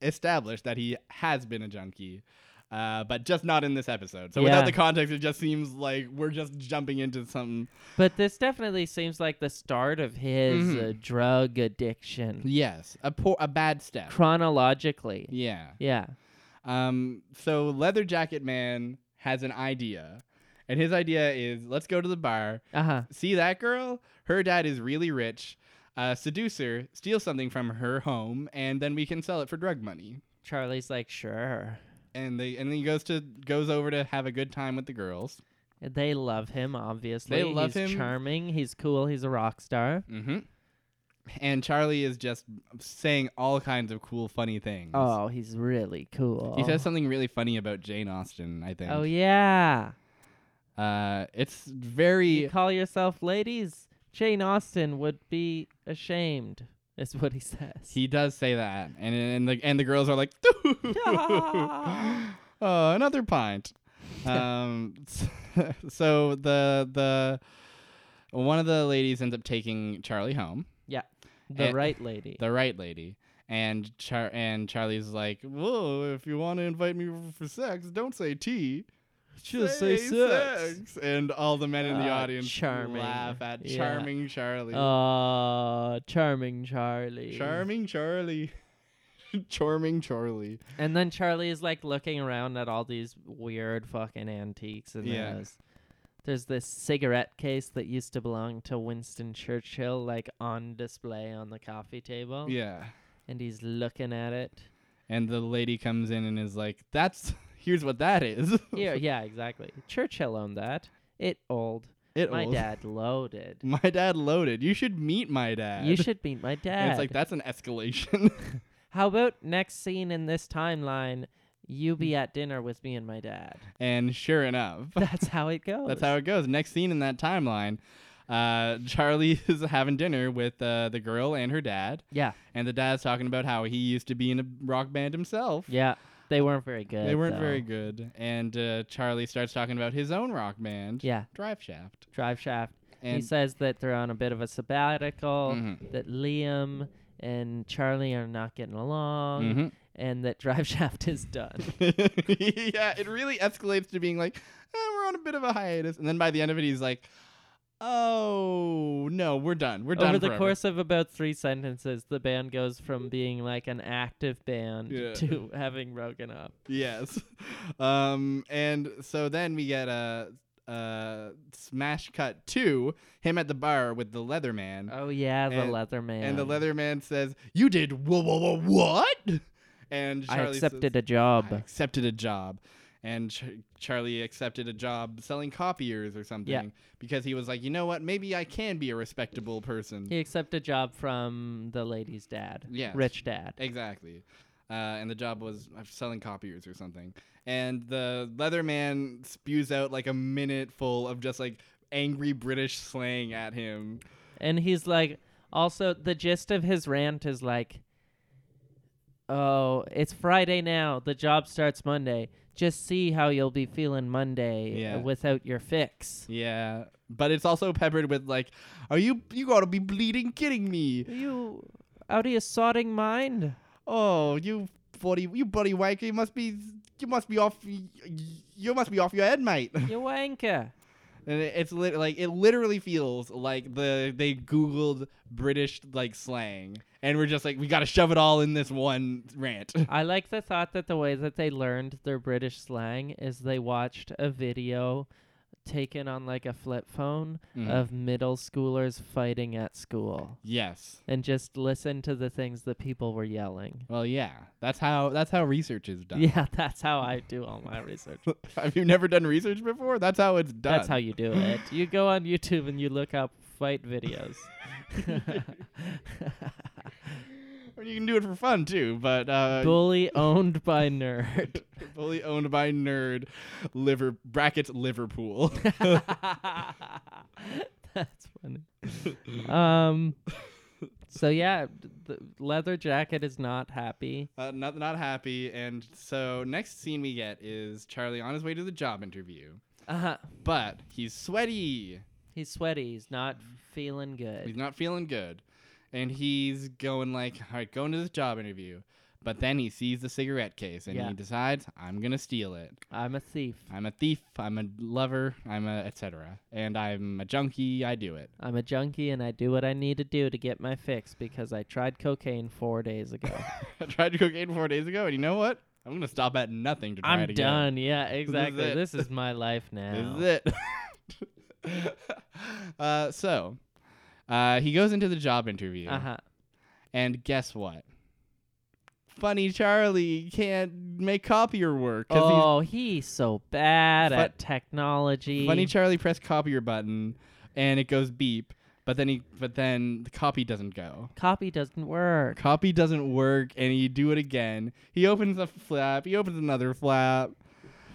Speaker 1: established that he has been a junkie. Uh, but just not in this episode. So
Speaker 2: Yeah.
Speaker 1: without the context, it just seems like we're just jumping into something.
Speaker 2: But this definitely seems like the start of his uh, drug addiction
Speaker 1: Yes, a poor, a bad step.
Speaker 2: chronologically.
Speaker 1: yeah.
Speaker 2: Yeah.
Speaker 1: Um, so Leather Jacket Man has an idea, and his idea is let's go to the bar,
Speaker 2: Uh huh.
Speaker 1: see that girl. Her dad is really rich. Uh, seduce her, steal something from her home, and then we can sell it for drug money.
Speaker 2: Charlie's like, sure.
Speaker 1: And they and then he goes to goes over to have a good time with the girls.
Speaker 2: They love him, obviously.
Speaker 1: They love
Speaker 2: he's
Speaker 1: him.
Speaker 2: charming. He's cool. He's a rock star.
Speaker 1: Mm-hmm. And Charlie is just saying all kinds of cool, funny things.
Speaker 2: Oh, he's really cool.
Speaker 1: He says something really funny about Jane Austen, I think.
Speaker 2: Oh, yeah.
Speaker 1: Uh, it's very.
Speaker 2: You call yourself ladies? Jane Austen would be ashamed, is what he says.
Speaker 1: He does say that, and and the and the girls are like, oh, another pint. Um, so the the one of the ladies ends up taking Charlie home,
Speaker 2: the
Speaker 1: eh,
Speaker 2: right lady.
Speaker 1: the right lady, and Char and Charlie's like, whoa, if you want to invite me for sex, don't say tea.
Speaker 2: Just say sex."
Speaker 1: And all the men in the
Speaker 2: Ah,
Speaker 1: audience
Speaker 2: charming.
Speaker 1: laugh at
Speaker 2: Yeah. Oh,
Speaker 1: charming Charlie.
Speaker 2: Ah, charming Charlie.
Speaker 1: Charming Charlie. charming Charlie.
Speaker 2: And then Charlie is like looking around at all these weird fucking antiques. And
Speaker 1: Yeah.
Speaker 2: there's, there's this cigarette case that used to belong to Winston Churchill, like on display on the coffee table.
Speaker 1: Yeah.
Speaker 2: And he's looking at it.
Speaker 1: And the lady comes in and is like, "That's here's what that is."
Speaker 2: Yeah, yeah, exactly. Churchill owned that. It old.
Speaker 1: It
Speaker 2: My
Speaker 1: was-
Speaker 2: dad loaded.
Speaker 1: My dad loaded. You should meet my dad.
Speaker 2: You should meet my dad.
Speaker 1: And it's like that's an escalation.
Speaker 2: How about next scene in this timeline? You be at dinner with me and my dad.
Speaker 1: and sure enough,
Speaker 2: That's how it goes.
Speaker 1: that's how it goes. Next scene in that timeline, uh, Charlie is having dinner with uh, the girl and her dad,
Speaker 2: Yeah.
Speaker 1: and the dad's talking about how he used to be in a rock band himself.
Speaker 2: Yeah. They weren't very good.
Speaker 1: They weren't
Speaker 2: though.
Speaker 1: very good, and uh, Charlie starts talking about his own rock band,
Speaker 2: Yeah.
Speaker 1: Drive Shaft,
Speaker 2: Drive Shaft. he
Speaker 1: and
Speaker 2: says that they're on a bit of a sabbatical,
Speaker 1: Mhm.
Speaker 2: that Liam and Charlie are not getting along,
Speaker 1: Mhm.
Speaker 2: and that Drive Shaft is done.
Speaker 1: yeah, it really escalates to being like, eh, we're on a bit of a hiatus. And then by the end of it, he's like, oh, no, we're done. We're done
Speaker 2: Over the
Speaker 1: forever."
Speaker 2: course of about three sentences, the band goes from being like an active band
Speaker 1: Yeah.
Speaker 2: to having broken up.
Speaker 1: Yes. Um, and so then we get a, a smash cut to him at the bar with the Leatherman.
Speaker 2: Oh yeah, the
Speaker 1: And-
Speaker 2: leather man.
Speaker 1: And the Leatherman says, you did wha- wha- wha- what? And
Speaker 2: I
Speaker 1: Charlie
Speaker 2: accepted
Speaker 1: says,
Speaker 2: a job.
Speaker 1: I accepted a job. And Ch- Charlie accepted a job selling copiers or something because he was like, you know what? Maybe I can be a respectable person.
Speaker 2: He accepted a job from the lady's dad.
Speaker 1: Yes.
Speaker 2: Rich dad.
Speaker 1: Exactly. Uh, and the job was uh, selling copiers or something. And the Leatherman spews out like a minute full of just like angry British slang at him.
Speaker 2: And he's like, also, the gist of his rant is like, oh, it's Friday now. The job starts Monday. Just see how you'll be feeling Monday uh,
Speaker 1: Yeah.
Speaker 2: without your fix.
Speaker 1: Yeah, but it's also peppered with like, "Are you you gotta be bleeding kidding me?
Speaker 2: Are you out of your sodding mind?
Speaker 1: Oh, you bloody you bloody wanker! You must be you must be off y- y- you must be off your head, mate."
Speaker 2: You wanker.
Speaker 1: And it- it's lit- like it literally feels like the they googled British like slang, and we're just like we got to shove it all in this one rant.
Speaker 2: I like the thought that the way that they learned their British slang is they watched a video taken on like a flip phone
Speaker 1: Mhm.
Speaker 2: of middle schoolers fighting at school.
Speaker 1: yes.
Speaker 2: and just listen to the things that people were yelling.
Speaker 1: Well, yeah. That's how that's how research is done.
Speaker 2: Yeah, that's how I do all my research.
Speaker 1: Have you never done research before? That's how it's done.
Speaker 2: That's how you do it. You go on YouTube and you look up fight videos.
Speaker 1: Or you can do it for fun too, but uh,
Speaker 2: Bully owned by nerd.
Speaker 1: fully owned by nerd liver brackets Liverpool.
Speaker 2: that's funny. Um so yeah, d- the leather jacket is not happy.
Speaker 1: uh, not not happy. And so next scene we get is Charlie on his way to the job interview,
Speaker 2: Uh-huh.
Speaker 1: but he's sweaty.
Speaker 2: He's sweaty. He's not feeling good.
Speaker 1: He's not feeling good. And he's going like, all right, going to this job interview. But then he sees the cigarette case and
Speaker 2: Yeah.
Speaker 1: he decides, I'm gonna steal it.
Speaker 2: I'm a thief.
Speaker 1: I'm a thief, I'm a lover, I'm a etc. And I'm a junkie, I do it.
Speaker 2: I'm a junkie and I do what I need to do to get my fix because I tried cocaine four days ago.
Speaker 1: I tried cocaine four days ago, and you know what? I'm gonna stop at nothing to try it
Speaker 2: I'm
Speaker 1: again.
Speaker 2: done. Yeah,
Speaker 1: is
Speaker 2: exactly.
Speaker 1: it.
Speaker 2: This is, my life now.
Speaker 1: This is it. uh, so uh, he goes into the job interview
Speaker 2: Uh huh.
Speaker 1: and guess what? Funny Charlie can't make copier work because he's
Speaker 2: Oh, he's so bad
Speaker 1: Fun-
Speaker 2: at technology.
Speaker 1: Funny Charlie pressed copier button and it goes beep, but then he but then the copy doesn't go.
Speaker 2: Copy doesn't work.
Speaker 1: Copy doesn't work and you do it again. He opens a flap, he opens another flap.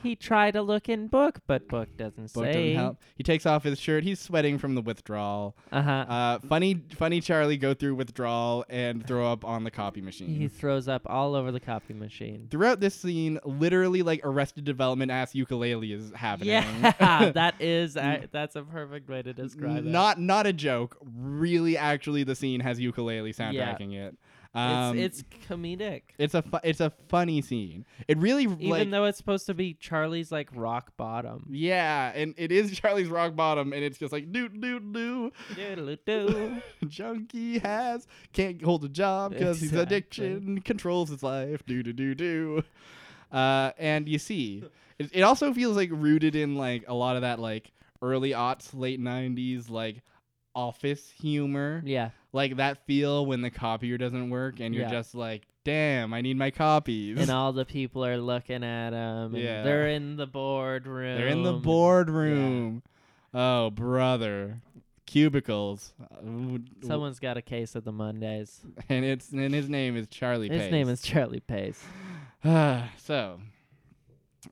Speaker 2: He tried to look in book, but book doesn't
Speaker 1: Book
Speaker 2: say.
Speaker 1: doesn't help. He takes off his shirt. He's sweating from the withdrawal.
Speaker 2: Uh huh.
Speaker 1: Uh, funny funny Charlie go through withdrawal and throw up on the copy machine.
Speaker 2: He throws up all over the copy machine.
Speaker 1: Throughout this scene, literally like arrested development ass ukulele is happening.
Speaker 2: Yeah, that is I, that's a perfect way to describe
Speaker 1: not not a joke. Really, actually, the scene has ukulele
Speaker 2: Yeah.
Speaker 1: soundtracking it.
Speaker 2: it.
Speaker 1: Um,
Speaker 2: it's, it's comedic.
Speaker 1: it's a fu- it's a funny scene. It really
Speaker 2: Even
Speaker 1: like
Speaker 2: though it's supposed to be Charlie's like rock bottom.
Speaker 1: yeah, and it is Charlie's rock bottom, and it's just like doot doot doo.
Speaker 2: Doodle-doo.
Speaker 1: Junkie has can't hold a job because his
Speaker 2: Exactly.
Speaker 1: addiction controls his life. Do do do do. Uh, and you see, it, it also feels like rooted in like a lot of that like early aughts, late '90s like office humor.
Speaker 2: yeah.
Speaker 1: like that feel when the copier doesn't work and you're
Speaker 2: Yeah.
Speaker 1: just like, damn, I need my copies.
Speaker 2: And all the people are looking at him.
Speaker 1: Yeah.
Speaker 2: And they're in the boardroom.
Speaker 1: They're in the boardroom. Oh, brother. Cubicles. Ooh, ooh.
Speaker 2: Someone's got a case of the Mondays.
Speaker 1: And it's and his name is Charlie
Speaker 2: His name is Charlie Pace.
Speaker 1: is So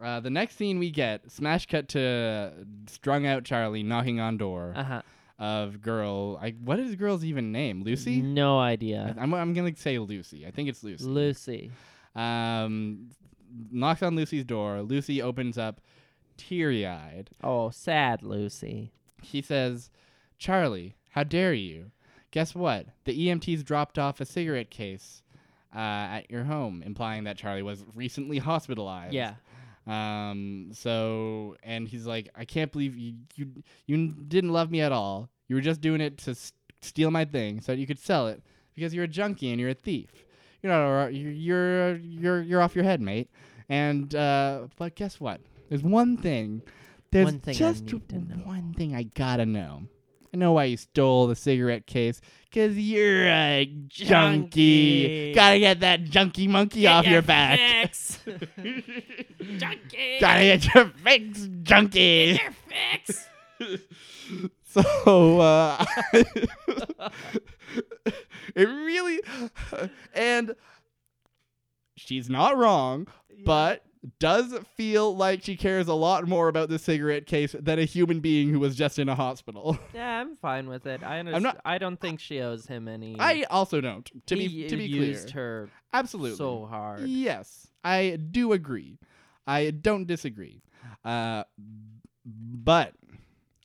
Speaker 1: uh, the next scene we get, smash cut to strung out Charlie knocking on door.
Speaker 2: Uh huh.
Speaker 1: of girl. I, what is girl's even name? Lucy?
Speaker 2: No
Speaker 1: I-
Speaker 2: idea.
Speaker 1: I'm, I'm gonna say Lucy. I think it's Lucy.
Speaker 2: Lucy.
Speaker 1: um, knocks on Lucy's door. Lucy opens up, teary-eyed.
Speaker 2: Oh, sad Lucy.
Speaker 1: She says, Charlie, how dare you? Guess what? The EMTs dropped off a cigarette case uh, at your home, implying that Charlie was recently hospitalized.
Speaker 2: Yeah.
Speaker 1: Um, so, and he's like, I can't believe you, you, you n- didn't love me at all. You were just doing it to s- steal my thing so that you could sell it because you're a junkie and you're a thief. You're not, alri- you're, you're, you're, you're off your head, mate. And, uh, but guess what? There's one thing. There's
Speaker 2: One thing I
Speaker 1: just
Speaker 2: need to know.
Speaker 1: one thing I gotta know. I know why you stole the cigarette case. Cause you're a junkie.
Speaker 2: Junkie.
Speaker 1: Gotta get that junkie monkey off your back.
Speaker 2: Facts.
Speaker 4: Junkie!
Speaker 1: Gotta get your fix, junkie. so, uh, it really, and she's not wrong, but does feel like she cares a lot more about the cigarette case than a human being who was just in a hospital.
Speaker 2: yeah, I'm fine with it. I understand.
Speaker 1: not-
Speaker 2: I don't think she owes him any.
Speaker 1: I also don't. To
Speaker 2: he
Speaker 1: be to be clear,
Speaker 2: used her
Speaker 1: absolutely.
Speaker 2: so hard.
Speaker 1: Yes, I do agree. I don't disagree. Uh, but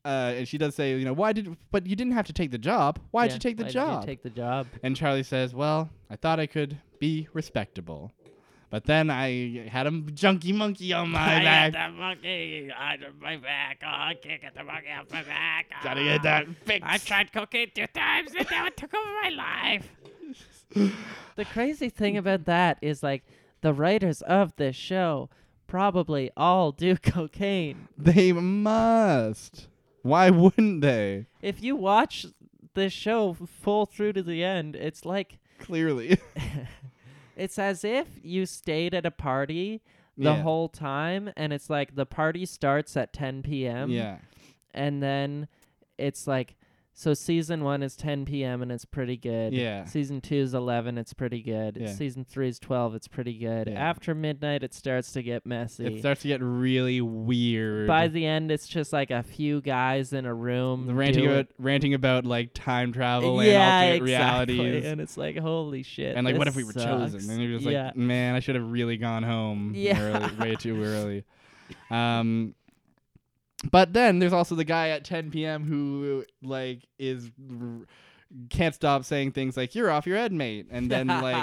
Speaker 1: uh, and she does say, you know, why did? But you didn't have to take the job. Why'd
Speaker 2: Yeah,
Speaker 1: you take the
Speaker 2: why did you
Speaker 1: job?
Speaker 2: take the job.
Speaker 1: and Charlie says, well, I thought I could be respectable, but then I had a junkie monkey on my
Speaker 4: I got
Speaker 1: back.
Speaker 4: the monkey on my back. Oh, I can't get the monkey off my back. Oh.
Speaker 1: Gotta get that fixed.
Speaker 4: I tried cocaine two times and that one took over my life.
Speaker 2: The crazy thing about that is like the writers of this show probably all do cocaine.
Speaker 1: They must. Why wouldn't they?
Speaker 2: If you watch this show full through to the end, it's like
Speaker 1: Clearly.
Speaker 2: it's as if you stayed at a party the
Speaker 1: Yeah.
Speaker 2: whole time and it's like the party starts at 10 p.m.
Speaker 1: yeah.
Speaker 2: and then it's like so season 1 is 10 p.m. and it's pretty good.
Speaker 1: Yeah.
Speaker 2: Season 2 is 11, it's pretty good.
Speaker 1: Yeah.
Speaker 2: Season 3 is 12, it's pretty good.
Speaker 1: Yeah.
Speaker 2: After midnight it starts to get messy.
Speaker 1: It starts to get really weird.
Speaker 2: By the end, it's just like a few guys in a room
Speaker 1: The ranting
Speaker 2: doing-
Speaker 1: about ranting about like time travel
Speaker 2: yeah,
Speaker 1: and alternate
Speaker 2: exactly.
Speaker 1: realities.
Speaker 2: and it's like holy shit.
Speaker 1: And like, what
Speaker 2: this
Speaker 1: if we were
Speaker 2: sucks.
Speaker 1: chosen? And you're just
Speaker 2: yeah.
Speaker 1: like, man, I should have really gone home
Speaker 2: Yeah.
Speaker 1: early, way too early. Um, but then there's also the guy at 10 p.m. who like is r- can't stop saying things like "you're off your head, mate," and then like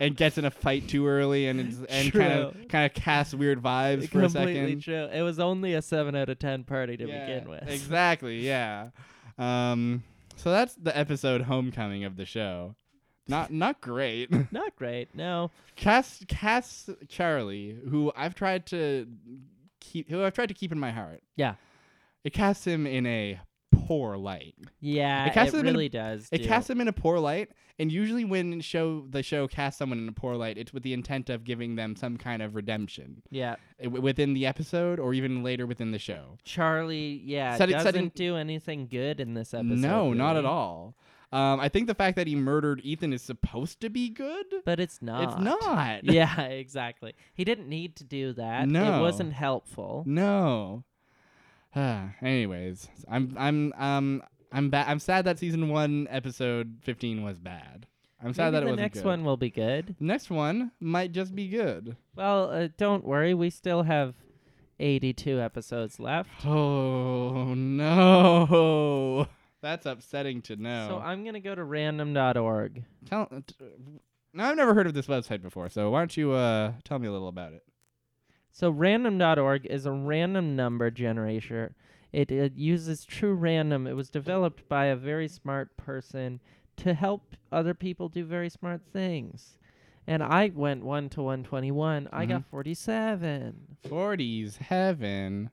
Speaker 1: and gets in a fight too early and it's, and kind
Speaker 2: True.
Speaker 1: of kind of casts weird vibes for a
Speaker 2: completely
Speaker 1: second.
Speaker 2: true. It was only a seven out of ten party to
Speaker 1: Yeah,
Speaker 2: begin with.
Speaker 1: Exactly, yeah. Um, so that's the episode homecoming of the show. Not not great.
Speaker 2: Not great. No.
Speaker 1: Cass Cass Charlie, who I've tried to keep who I've tried to keep in my heart.
Speaker 2: Yeah.
Speaker 1: It casts him in a poor light.
Speaker 2: Yeah. It,
Speaker 1: casts him in a-
Speaker 2: really does.
Speaker 1: It
Speaker 2: do.
Speaker 1: casts him in a poor light, and usually when show the show casts someone in a poor light, it's with the intent of giving them some kind of redemption
Speaker 2: Yeah.
Speaker 1: uh, w- within the episode or even later within the show.
Speaker 2: Charlie. Yeah.
Speaker 1: Setting-
Speaker 2: doesn't
Speaker 1: setting-
Speaker 2: do anything good in this episode.
Speaker 1: No, not at
Speaker 2: really.
Speaker 1: all. Um, I think the fact that he murdered Ethan is supposed to be good.
Speaker 2: But it's not.
Speaker 1: It's not.
Speaker 2: Yeah. Exactly. He didn't need to do that. It
Speaker 1: No.
Speaker 2: wasn't helpful.
Speaker 1: No. Ah, Anyways, I'm I'm um I'm ba- I'm sad that season one episode fifteen was bad. I'm sad
Speaker 2: Maybe
Speaker 1: that it
Speaker 2: the
Speaker 1: wasn't
Speaker 2: next
Speaker 1: good.
Speaker 2: one will be good.
Speaker 1: The next one might just be good.
Speaker 2: Well, uh, don't worry. We still have 82 episodes left.
Speaker 1: Oh no, that's upsetting to know.
Speaker 2: So I'm going to go to random.org.
Speaker 1: Tell, t- now I've never heard of this website before, so why don't you uh tell me a little about it?
Speaker 2: So random.org is a random number generator. It, it uses true random. It was developed by a very smart person to help other people do very smart things. And I went 1 to 121. I
Speaker 1: Mm-hmm.
Speaker 2: got 47.
Speaker 1: Forties heaven.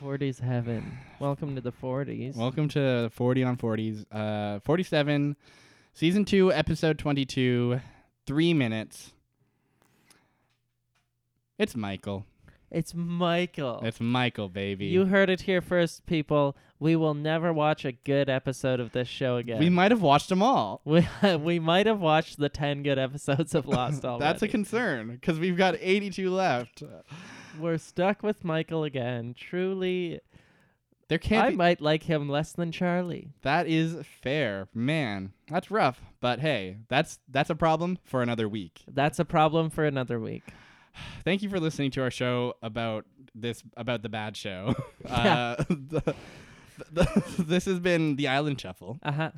Speaker 2: 40s heaven. Welcome to the 40s.
Speaker 1: Welcome to 40 on 40s. Uh, 47, season 2, episode 22, three minutes. It's Michael.
Speaker 2: it's Michael.
Speaker 1: It's Michael, baby.
Speaker 2: Oh. You heard it here first, people. We will never watch a good episode of this show again.
Speaker 1: we might have watched them all.
Speaker 2: We, we might have watched the 10 good episodes of Lost already.
Speaker 1: That's a concern because we've got 82 left.
Speaker 2: We're stuck with Michael again. Truly
Speaker 1: There can't
Speaker 2: I
Speaker 1: be.
Speaker 2: might like him less than Charlie.
Speaker 1: That is fair, man. That's rough, but hey, that's that's a problem for another week.
Speaker 2: That's a problem for another week.
Speaker 1: Thank you for listening to our show about this about the bad show.
Speaker 2: Yeah.
Speaker 1: Uh, the, the- this has been the Island Shuffle.
Speaker 2: Uh huh.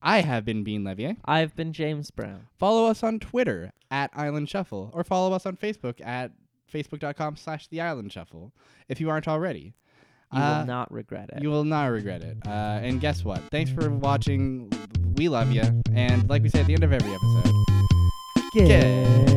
Speaker 1: I have been Bean Levier.
Speaker 2: I've been James Brown.
Speaker 1: Follow us on Twitter at Island Shuffle, or follow us on Facebook at facebook.com slash the Island Shuffle if you aren't already.
Speaker 2: You
Speaker 1: Uh,
Speaker 2: will not regret it.
Speaker 1: You will not regret it. Uh, and guess what? Thanks for watching. We love you. And like we say at the end of every episode.
Speaker 2: Get